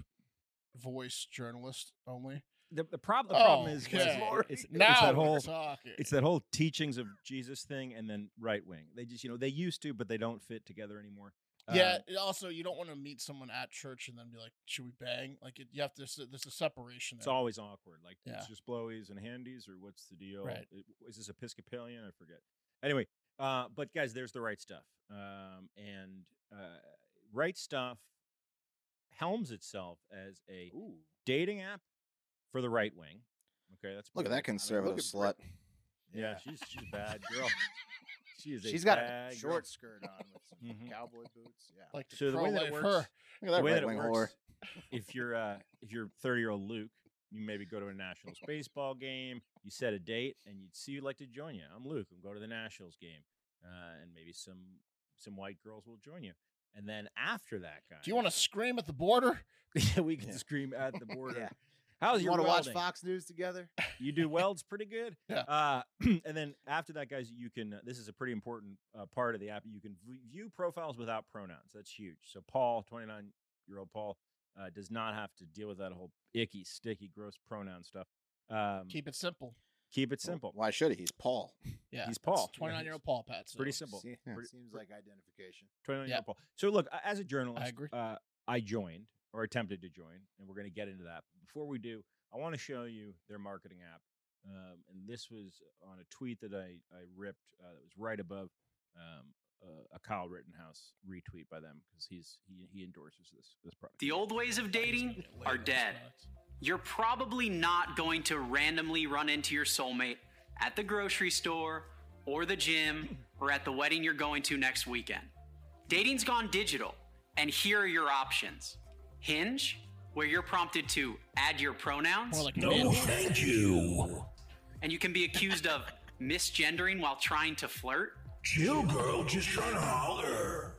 B: voice journalist only.
C: The, the, prob- the problem is
B: Oh, Okay.
C: it's- it's, it's
B: now
C: that
B: we're
C: whole
B: talking.
C: it's that whole teachings of Jesus thing and then right wing. They just you know they used to, but they don't fit together anymore.
B: yeah.
C: Um,
B: it also, you don't want to meet someone at church and then be like, "Should we bang?" Like it, you have to. s- There's a separation.
C: it's
B: there.
C: always awkward. Like
B: Yeah.
C: it's just blowies and handies, or what's the deal?
B: Right.
C: It- Is this Episcopalian? I forget. Anyway, uh, but guys, there's the right stuff, um, and uh, right stuff helms itself as a dating app for the right wing. Okay, that's
D: Look
C: pretty- I
D: at that
C: mean,
D: conservative
C: look at
D: slut.
C: Yeah, she's she's a bad girl. She is. A
A: She's got
C: bad
A: a
C: girl.
A: short skirt on with some
C: Mhm.
A: cowboy boots. Yeah.
B: like to
C: So the way that it
B: pro-life
C: works,
B: her.
D: Look at
C: the
D: that
C: way
D: right
C: that it
D: wing whore.
C: works, if you're uh, if you're 30 year old Luke, you maybe go to a Nationals baseball game. You set a date, and you'd see you'd like to join you. I'm Luke. I'm going to the Nationals game, uh, and maybe some some white girls will join you. And then after that, guy,
B: Do you want to scream at the border?
C: to? we can
D: Yeah.
C: scream at the border.
D: Yeah.
C: How's
A: You
C: your
A: want to watch
C: welding?
A: Fox News together?
C: you do welds pretty good.
B: Yeah.
C: Uh, and then after that, guys, you can. Uh, this is a pretty important uh, part of the app. You can v- view profiles without pronouns. That's huge. So Paul, twenty nine year old Paul, uh, does not have to deal with that whole icky, sticky, gross pronoun stuff. Um, keep
B: Keep it simple.
C: it simple.
D: Why should he? He's Paul.
B: Yeah,
C: He's Paul.
B: Twenty nine year old Paul Pat.
C: Pretty
B: so-
C: simple.
D: See,
C: Pretty-
A: Seems
C: pretty-
A: like identification.
C: 29 year
B: Yeah.
C: old Paul. So look, a- as a journalist,
B: agree.
C: Uh, I joined or attempted to join, and we're going to get into that. Before we do, I want to show you their marketing app. Um, and this was on a tweet that I, I ripped uh, that was right above um, a, a Kyle Rittenhouse retweet by them because he's he, he endorses this this product.
K: The old ways of dating
B: Way
K: are
B: less
K: dead.
B: products.
K: You're probably not going to randomly run into your soulmate at the grocery store or the gym or at the wedding you're going to next weekend. Dating's gone digital, and here are your options Hinge, where you're prompted to add your pronouns,
B: More like no.
E: thank you.
K: and you can be accused of misgendering while trying to flirt.
E: Chill, girl. Just trying to holler.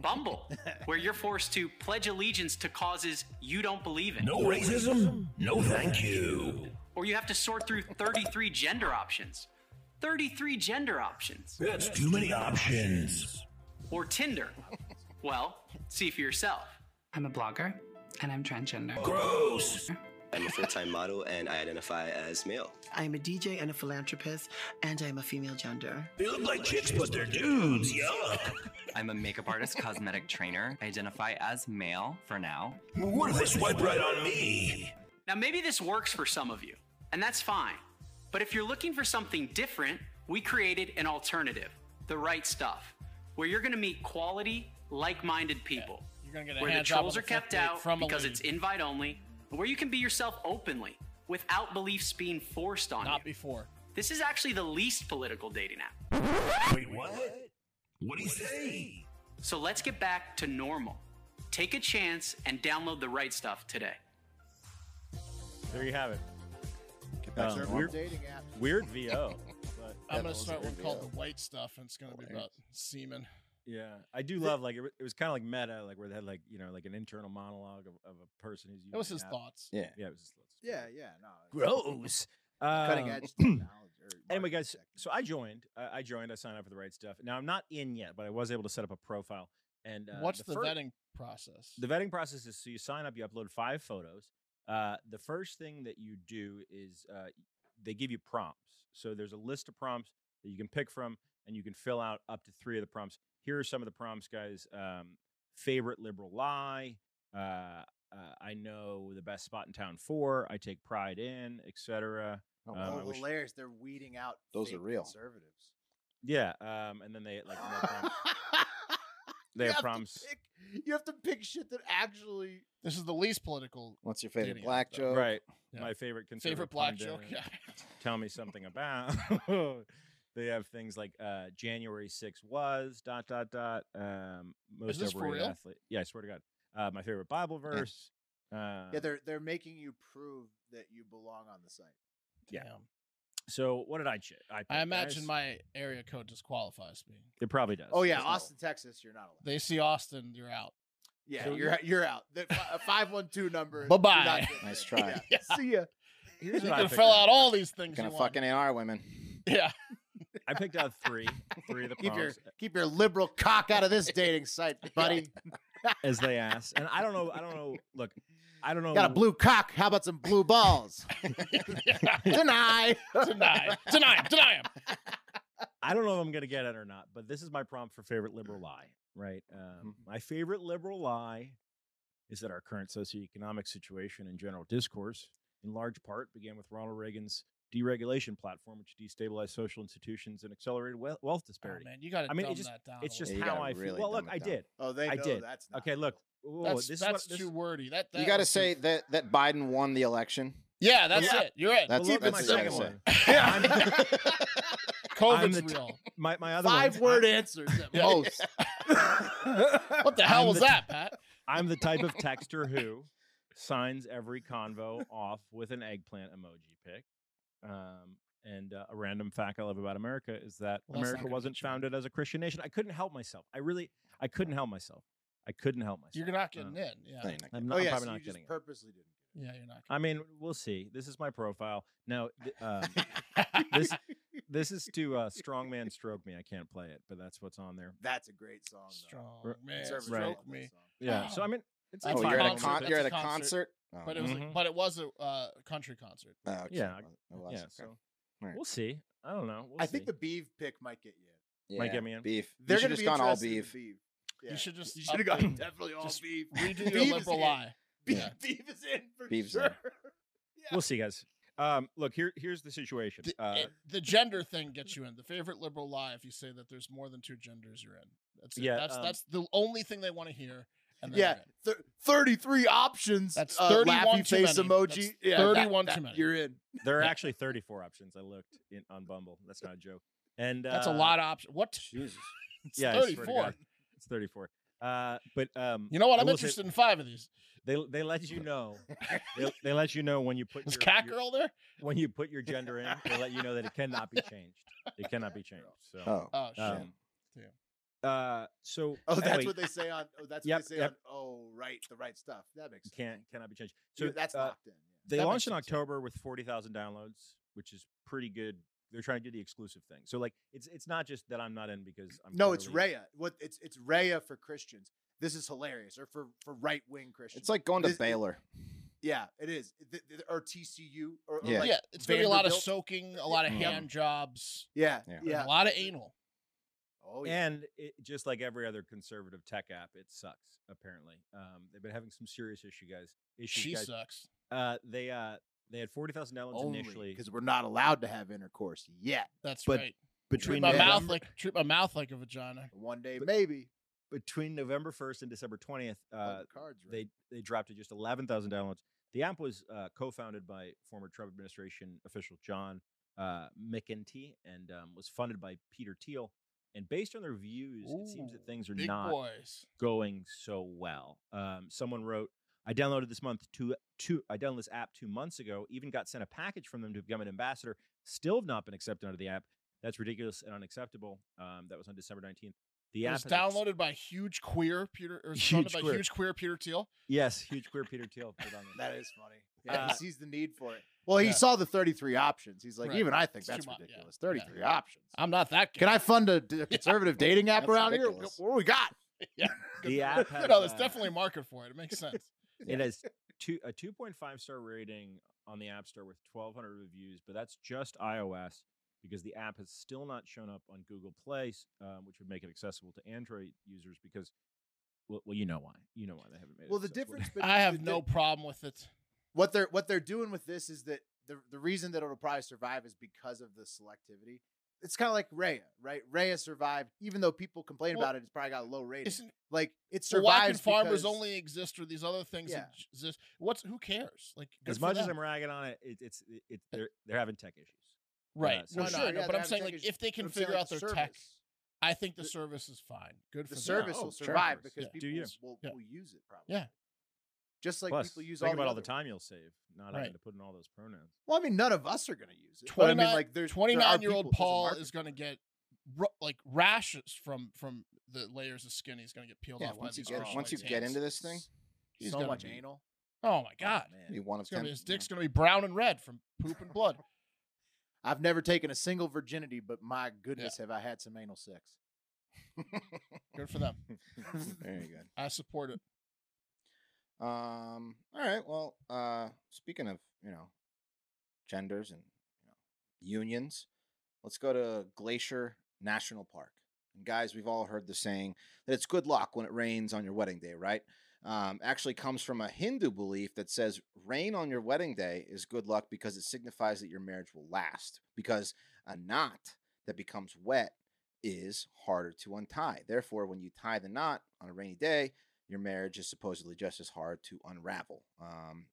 K: Bumble, where you're forced to pledge allegiance to causes you don't believe in.
E: No racism. No, thank you.
K: Or you have to sort through 33 gender options. 33 gender options.
E: That's too many options.
K: Or Tinder. Well, see for yourself.
L: I'm a blogger and I'm transgender.
E: Gross.
L: I'm a full time model and I identify as male. I'm a DJ and a philanthropist and I'm a female gender.
E: They look like chicks, but they're dudes. Yuck.
L: I'm a makeup artist, cosmetic trainer. I identify as male for now.
E: What if they swipe right on me?
K: Now, maybe this works for some of you, and that's fine. But if you're looking for something different, we created an alternative the right stuff, where you're gonna meet quality, like minded people.
B: You're gonna get a
K: where the
B: hand job
K: trolls are
B: with a
K: kept
B: fuck date
K: out
B: from a
K: because
B: lady.
K: it's invite only, and where you can be yourself openly without beliefs being forced on
B: Not
K: you.
B: before.
K: This is actually the least political dating app.
E: Wait, what? What'd he say?
K: So let's get back to normal. Take a chance and download the right stuff today.
C: there you have it.
D: Get back
C: Um,
D: to
A: They're
D: the
A: all
C: we're-
D: normal.
A: dating app.
C: Weird VO,
B: I'm
C: but
B: gonna
D: Devils
B: start
D: are
B: one called
D: real.
B: the white stuff, and it's gonna be about semen.
C: yeah, I do love like it, wa- it was kind of like meta, like where they had like you know like an internal monologue of, of a person who's using
B: That was
C: the
B: his
C: app.
B: thoughts.
D: Yeah.
C: Yeah, it was his thoughts.
A: Yeah, yeah, no. it's
C: Gross.
A: Cutting
C: Um,
A: edge technology. or
C: anyway
A: marketing
C: guys
A: tech.
C: so i joined uh, I- i joined i signed up for the right stuff now i'm not in yet but i was able to set up a profile and uh,
B: What's the,
C: fir-
B: vetting process?
C: the vetting process is so you sign up you upload five photos uh, the first thing that you do is uh, they give you prompts so there's a list of prompts that you can pick from and you can fill out up to three of the prompts here are some of the prompts guys um, favorite liberal lie uh, uh, i know the best spot in town for i take pride in etc
D: Oh,
C: um,
A: oh,
C: I
A: the
C: wish-
A: layers they're weeding out.
D: Those are
A: fake
D: real.
A: Conservatives.
C: yeah um, and then they like more prompts
A: You
C: They have
A: have to
C: prompts.
A: pick- you have to pick shit that actually.
B: This is the least political.
D: What's your
B: Dating
D: favorite
B: app,
D: black
B: though.
D: joke?
C: Right.
B: Yeah.
C: My favorite conservative
B: Favorite black joke.
C: pundit.
B: Yeah.
C: Tell me something about. they have things like uh, January 6 was dot dot dot. Um, most
B: this for
C: overrated
B: real?
C: athlete. Yeah, I swear to God. Uh, my favorite Bible verse. Uh,
A: Yeah, they're they're making you prove that you belong on the site.
C: Yeah.
B: Damn.
C: so what did I? Ch- I,
B: I
C: pick,
B: imagine
C: guys?
B: my area code disqualifies me.
C: It probably does.
A: Oh yeah,
C: There's no-
A: Austin, Texas, you're not allowed.
B: They see Austin, you're out.
A: yeah,
C: So
A: you're you're out. The fi- a five one two number. you're
B: Bye-bye.
A: not getting
D: Nice
A: there.
D: try.
A: Yeah. See ya.
C: Here's
B: you
C: what I
B: can
C: picked
B: fill
C: out.
B: out all these things.
D: Gonna
B: you want.
D: fucking AR women.
B: Yeah.
C: I picked out three, three of the
A: Keep your
C: prompts
A: keep your liberal cock out of this dating site, buddy.
C: as they asked, and I don't know. I don't know. Look, I I don't know.
A: Got a blue cock. How about some blue balls? deny,
B: deny, deny, deny him.
C: I don't know if I'm going to get it or not, but this is my prompt for favorite liberal lie, right? Um,
B: Mm-hmm.
C: My favorite liberal lie is that our current socioeconomic situation and general discourse, in large part, began with Ronald Reagan's deregulation platform, which destabilized social institutions and accelerated we- wealth disparity.
B: Oh, man, Oh, you gotta
C: I mean,
B: dumb
C: it just,
B: that down
C: It's
B: a
C: just
B: little
C: how
B: bit.
C: I
B: You gotta
C: feel.
B: really
C: Well,
B: dumb it
C: look, I
B: down.
C: did.
B: Oh, they
C: I
B: know
C: did.
B: that's
C: okay, look. Whoa,
B: that's
C: this is
B: that's
C: what- this-
B: too wordy. That, that
D: you got to
B: was too-
D: say that that Biden won the election.
B: Yeah, that's it. You're right.
D: That's,
B: Keep it
D: that's what I
B: simple.
D: gotta
B: COVID's
C: I'm the t-
B: real.
C: My, my other
B: Five
C: ones,
B: word
C: I'm-
B: answers at most. what the hell
C: I'm
B: was
C: the-
B: that, Pat?
C: I'm the type of texter who signs every convo off with an eggplant emoji pic. Um, and uh, a random fact I love about America is that
B: Well, that's not
C: America
B: gonna
C: wasn't founded as a Christian nation. I couldn't help myself. I really, I couldn't help myself. I couldn't help myself.
B: You're not getting
C: Uh,
B: in. Yeah.
C: I'm not- I'm,
A: oh, yeah,
C: probably
A: so
C: not
A: you just
C: getting it.
A: purposely didn't.
B: Yeah, you're not.
C: I mean, we'll see. This is my profile. Now, th- um, this this is to uh, Strongman Stroke Me. I can't play it, but that's what's on there.
A: That's a great song. Though.
C: R-
B: man,
A: Servers
C: right.
A: love that
B: me.
A: song.
C: Yeah. So I mean, it's
B: That's
C: like
D: Oh, you're at a
C: five
D: con-
C: minutes.
D: you're at a
B: That's
D: concert. mm,
B: concert, But it was,
C: Mhm.
B: but it was a uh, country concert.
D: Oh, okay.
C: Yeah,
D: Well, it was,
C: yeah.
D: okay.
C: So
D: All right.
C: we'll see. I don't know. We'll
A: I think
C: see.
A: the beef pick might get you.
C: might
D: Yeah,
C: get me in.
D: Beef. You
A: They're
D: should
A: going to
D: just
A: be
D: gone all
A: interested in
D: beef.
A: beef. Yeah.
B: You should just
A: You should have
B: update-
A: gotten definitely all
B: just
A: beef.
B: Redo your
A: Beef is
B: liberal
A: in.
B: lie.
A: Beef,
B: Yeah.
A: beef is in for
D: Beef's in.
A: sure.
C: We'll see, guys. Um, look here. Here's the situation.
B: The,
C: uh,
B: it- the gender thing gets you in. The favorite liberal lie if you say that there's more than two genders, you're in. That's it.
C: Yeah,
B: that's
C: um,
B: that's the only thing they want to hear. And then
A: Yeah,
B: you're in.
A: th- thirty-three options.
B: That's
A: uh,
B: 31
A: laughy
B: too
A: face
B: many.
A: emoji.
B: That's
A: yeah,
B: 31
A: that,
B: too
A: that-
B: many.
A: You're in.
C: there are
B: yeah.
C: actually 34 options. I looked in, on Bumble. That's not a joke. And uh,
B: that's a lot of options. What?
D: Jesus.
B: It's
C: Yeah, I swear to
B: 34.
C: God. It's 34. Uh, but um,
B: You know what?
C: I
B: I'm
C: will say-
B: interested in five of these.
C: They they let you know. they, they let you know when you put
B: Is
C: your,
B: Cat
C: your-
B: Girl there?
C: when you put your gender in. They let you know that it cannot be changed. It cannot be changed. So,
D: Oh.
B: Oh, shit.
C: um, uh, so
A: Oh, that's
C: anyway,
A: what they say on. Oh, that's
C: Yep,
A: what they say
C: yep.
A: on. Oh, right, the right stuff. That makes sense.
C: can't cannot be changed. So
A: So that's
C: uh,
A: locked in.
C: They
B: That makes
C: launched in
B: sense, yeah.
C: October with forty thousand downloads, which is pretty good. They're trying to do the exclusive thing. So like, it's it's not just that I'm not in because I'm
A: No, it's
C: clearly-
A: Raya. What it's it's Raya for Christians. This is hilarious, or for for right wing Christians.
D: It's like going to
A: This-
D: Baylor.
A: yeah, it is. Th- th- or TCU, or, or
D: Yeah.
A: like
B: yeah, it's going to be a lot of
A: Vanderbilt.
B: soaking, a lot of hand jobs,
A: Yeah,
D: Yeah.
A: yeah.
B: and a lot of anal.
A: Oh, yeah.
C: And it, just like every other conservative tech app, it sucks. Apparently, um, they've been having some serious issue, guys. Issues,
B: She
C: guys.
B: sucks.
C: Uh, they uh, they had forty thousand downloads initially.
A: because we're not allowed to have intercourse yet.
B: That's
C: But
B: right. Treat
C: between
B: my mouth
C: November-
B: like treat my mouth like a vagina.
A: One day,
C: But-
A: maybe.
C: between November first and December twentieth,
B: Oh,
A: Play
C: uh,
A: the cards right.
C: they they dropped to just 11,000 downloads. The app was uh, co-founded by former Trump administration official John uh, McEntee and um, was funded by Peter Thiel. And based on their views, it seems
B: Ooh,
C: that things are
B: Big
C: not
B: boys.
C: going so well. Um, someone wrote, "I downloaded this month two two. I downloaded this app two months ago. Even got sent a package from them to become an ambassador. Still have not been accepted under the app. That's ridiculous and unacceptable." Um, that was on December 19th. The
B: It
C: app
B: was
C: has ex-
B: downloaded by huge queer Peter. Or
C: Huge
B: huge by
C: queer.
B: huge queer Peter Teal.
C: Yes, huge queer Peter Thiel put on there.
A: That is funny. Yeah,
C: Uh,
A: he sees the need for it. Well, he
B: yeah.
A: saw the 33 options. He's like,
B: Right.
A: even I think
B: It's
A: that's
B: too mu- yeah,
A: ridiculous.
B: yeah.
A: 33 options.
B: I'm not that. Gay.
A: Can I fund a, d- a conservative dating app
D: That's
A: around
D: ridiculous.
A: here? What do we got?
C: The app has,
B: no, there's
C: uh,
B: definitely a market for it. It makes sense.
C: It has two a two point five star rating on the App Store with twelve hundred reviews, but that's just iOS because the app has still not shown up on Google Play, s- um, which would make it accessible to Android users. Because well, well, you know why, you know why they haven't made it.
A: Well, the
C: accessible.
A: difference.
B: I have
A: the-
B: no problem with it.
A: what they're what they're doing with this is that the the reason that it'll probably survive is because of the selectivity. It's kind of like Raya, right? Raya survived, even though people complain
B: Well,
A: about it. It's probably got a low rating.
B: Isn't
A: Like it
B: well, why can
A: survives.
B: farmers
A: because-
B: only exist or these other things
A: Yeah.
B: exist? What's who cares? Like good
C: as
B: for
C: much as
B: them.
C: I'm ragging on it, it it's it, it, they're they're having tech issues.
B: right,
C: uh, so
B: no,
C: it's
B: no,
C: not-
B: I know,
A: yeah,
B: but
A: they
B: I'm
A: have
B: saying
A: tech
B: like
A: issues,
B: if they
A: but
B: can
A: I'm saying,
B: figure
A: like,
B: out
A: the
B: their tech,
A: service-
B: I think the,
A: the-
B: service is fine. Good for
A: the
B: them.
A: service
C: Oh,
A: will
C: sure.
A: survive
C: Yeah.
A: because
C: Do
A: people
C: you.
A: s- will,
B: Yeah.
A: will use it probably.
B: Yeah.
A: Just like
C: Plus,
A: people use
C: think
A: all
C: about
A: the
C: all the
A: other-
C: time you'll save not
B: Right.
C: having to put in all those pronouns.
A: Well, I mean, none of us are going to use it. But I
B: 29,
A: mean, like, there's there are
B: 29 year
A: people-
B: old
A: there's a
B: Paul
A: market
B: is
A: for
B: going to
A: it.
B: get ru- like rashes from from the layers of skin. He's going to get peeled
D: Yeah,
B: off.
D: once
B: by
D: you
B: these
D: get-
B: Christian
D: once you
B: white
D: get
B: hands.
D: into this thing,
B: he's
A: so
B: gonna
A: much
B: be-
A: anal.
B: Oh my god,
D: Be one of
B: it's gonna
D: ten.
B: be, his dick's going to be brown and red from poop and blood.
A: I've never taken a single virginity, but my goodness, have I had some anal sex?
B: Good for them.
D: Very good.
B: I support it.
D: Um. All right. Well, speaking of you know genders and you know unions, let's go to Glacier National Park. And guys, we've all heard the saying that it's good luck when it rains on your wedding day, right? Um, actually comes from a Hindu belief that says rain on your wedding day is good luck because it signifies that your marriage will last. Because a knot that becomes wet is harder to untie. Therefore, when you tie the knot on a rainy day, your marriage is supposedly just as hard to unravel. Um,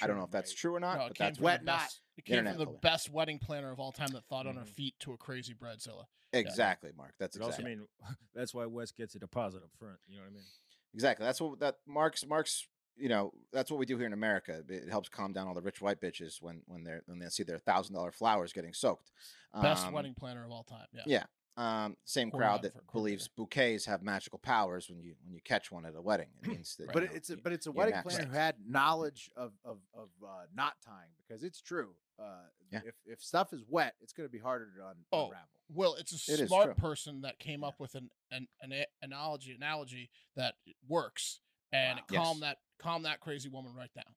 D: I don't know if that's true or not,
B: No, it
D: but
B: came
D: that's
B: from
D: what
B: the best, it came
D: internet
B: from
D: Mm-hmm.
B: the
D: told me.
B: best wedding planner of all time that thought on her
C: Mhm.
B: feet to a crazy breadzilla.
D: Exactly, Mark. That's
C: It also
D: exactly.
C: mean that's why Wes gets a deposit up front. You know what I mean?
D: Exactly. That's what that Mark's Mark's. You know, that's what we do here in America. It helps calm down all the rich white bitches when when they're when they see their thousand dollar flowers getting soaked.
B: Best
D: Um,
B: wedding planner of all time. Yeah.
D: Yeah. Um, same
B: Corn
D: crowd
B: on
D: that
B: for- corn
D: believes bouquets have magical powers when you when you catch one at a wedding. It means that.
A: But
D: you know,
A: it's a, but it's a
D: you're
A: wedding
D: naturally-
A: planner who had knowledge of of of uh, knot tying because it's true. Uh,
D: Yeah.
A: If if stuff is wet, it's going to be harder to un-
B: Oh,
A: unravel.
B: Well, it's a
A: It is true.
B: smart person that came up with an an, an a- analogy analogy that works and
D: Wow.
B: it calm
D: Yes.
B: that calm that crazy woman right down.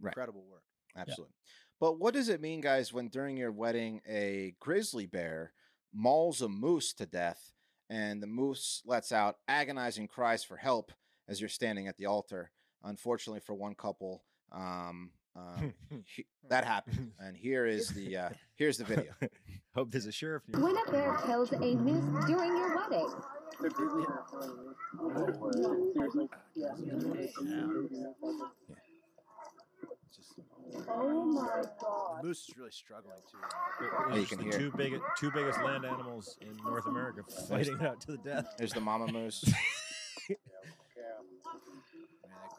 D: Right.
A: Incredible work.
D: Absolutely. But what does it mean, guys, when during your wedding a grizzly bear mauls a moose to death and the moose lets out agonizing cries for help as you're standing at the altar? Unfortunately for one couple, um, um,
A: Oh,
D: he- that happened. And here is the uh, here's the video.
C: Hope there's a sheriff.
M: When a bear kills a moose during your wedding.
A: Oh my god. The moose is really struggling too.
D: Yeah, Oh, you can hear.
C: Two big, two biggest land animals in North America fighting out to the death.
D: There's the mama moose.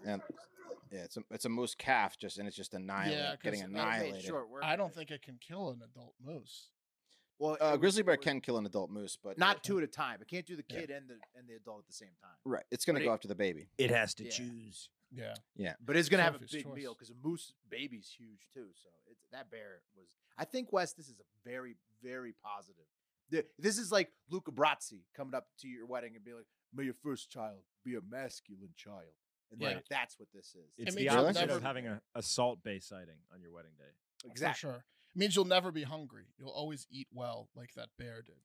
D: and, yeah, it's a it's a moose calf, just and it's just annihilate,
B: yeah,
D: getting
B: 'cause I-
D: annihilated.
B: I don't think it can kill an adult moose.
A: Well,
D: Uh, grizzly bear can kill an adult moose, but
A: not two at a time. It can't do the
D: Yeah.
A: kid and the and the adult at the same time.
D: Right, it's going to
A: But
D: go
A: it-
D: after the baby.
C: It has to
A: Yeah.
C: choose.
B: Yeah.
D: Yeah,
A: But it's gonna have a big
B: Sophie's
A: meal
B: choice.
A: because a moose baby's huge too. So it's, that bear was. I think Wes, this is a very very positive. Th- This is like Luca Brazzi coming up to your wedding and being like, "May your first child be a masculine child," and
C: Yeah.
A: like that's what this is.
C: It's the opposite of having a, a salt bay sighting on your wedding day.
A: Exactly.
B: For sure. It means you'll never be hungry. You'll always eat well like that bear did.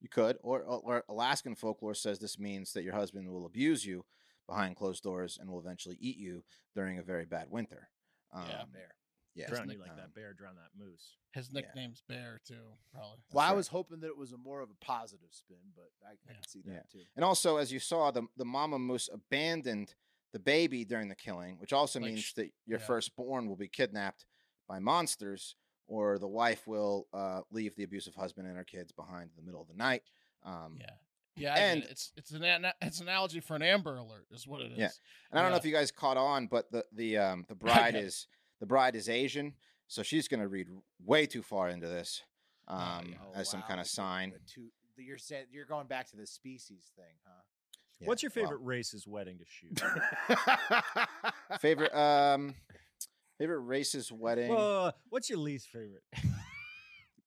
D: You could, or, or or Alaskan folklore says this means that your husband will abuse you behind closed doors and will eventually eat you during a very bad winter. Um,
B: Yeah,
A: bear.
D: Yeah,
C: drown
D: it's
C: you like
D: um,
C: that bear, drown that moose.
B: His
D: Yeah.
B: nickname's Bear too, probably.
A: Well, I was hoping that it was a more of a positive spin, but I, I can see that
D: Yeah.
A: too.
D: And also, as you saw, the the mama moose abandoned the baby during the killing, which also
B: Like
D: means
B: sh-
D: that your
B: yeah.
D: firstborn will be kidnapped by monsters, or the wife will uh, leave the abusive husband and her kids behind in the middle of the night. Um,
B: Yeah. Yeah, I get
D: And-
B: it. it's it's an ana- it's an analogy for an Amber Alert is what it is.
D: Yeah. And I don't know
B: Yeah.
D: if you guys caught on, but the the um the bride
B: get it.
D: is the bride is Asian, so she's gonna read way too far into this um
A: Oh,
D: as some
A: wow,
D: kind
A: the
D: of
A: two-
D: sign.
A: the two, the, you're saying you're going back to the species thing, huh?
D: Yeah,
C: What's your
D: well,
C: favorite race's wedding to shoot?
D: favorite um favorite racist wedding?
C: well, what's your least favorite?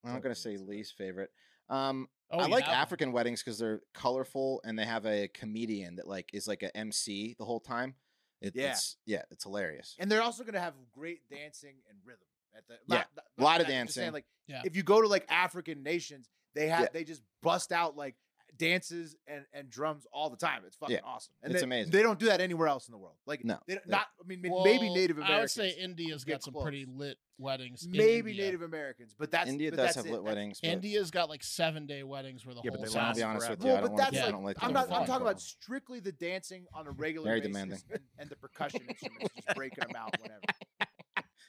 D: I'm not gonna say least favorite. Um,
B: Oh,
D: I
B: you
D: like
B: have one.
D: African weddings because they're colorful and they have a comedian that like is like a MC the whole time. It,
A: Yeah.
D: It's yeah, it's hilarious.
A: And they're also going to have great dancing and rhythm at the
D: Yeah,
A: not- not-
D: lot of
A: not- I'm just saying,
D: dancing.
A: Like
B: Yeah.
A: if you go to like African nations, they have
D: Yeah.
A: they just bust out like dances and and drums all the time. It's fucking
D: Yeah,
A: awesome.
D: it's
A: they-
D: amazing.
A: They don't do that anywhere else in the world. Like
D: No,
A: they, don't-
D: they-
A: not. I mean, ma- maybe
B: Well,
A: Native
B: I
A: Americans.
B: would say India's
A: get
B: got some pretty
A: close.
B: lit weddings. in
A: maybe
B: India.
A: Native Americans, but that's
D: India
A: but
D: does
A: that's
D: have
A: it.
D: lit
A: That's-
D: weddings. but-
B: India's got like seven day weddings where the
D: Yeah, but
B: whole
D: they
B: town
D: last I'll be honest
C: forever.
D: with you.
A: Well,
D: I don't
A: but
D: wanna-
A: that's
D: I
A: like
D: don't like
A: I'm
D: the
A: not.
D: overall
A: I'm talking about
D: color.
A: strictly the dancing on a regular
D: Very
A: basis
D: demanding.
A: And, and the percussion instruments, just breaking them out whenever.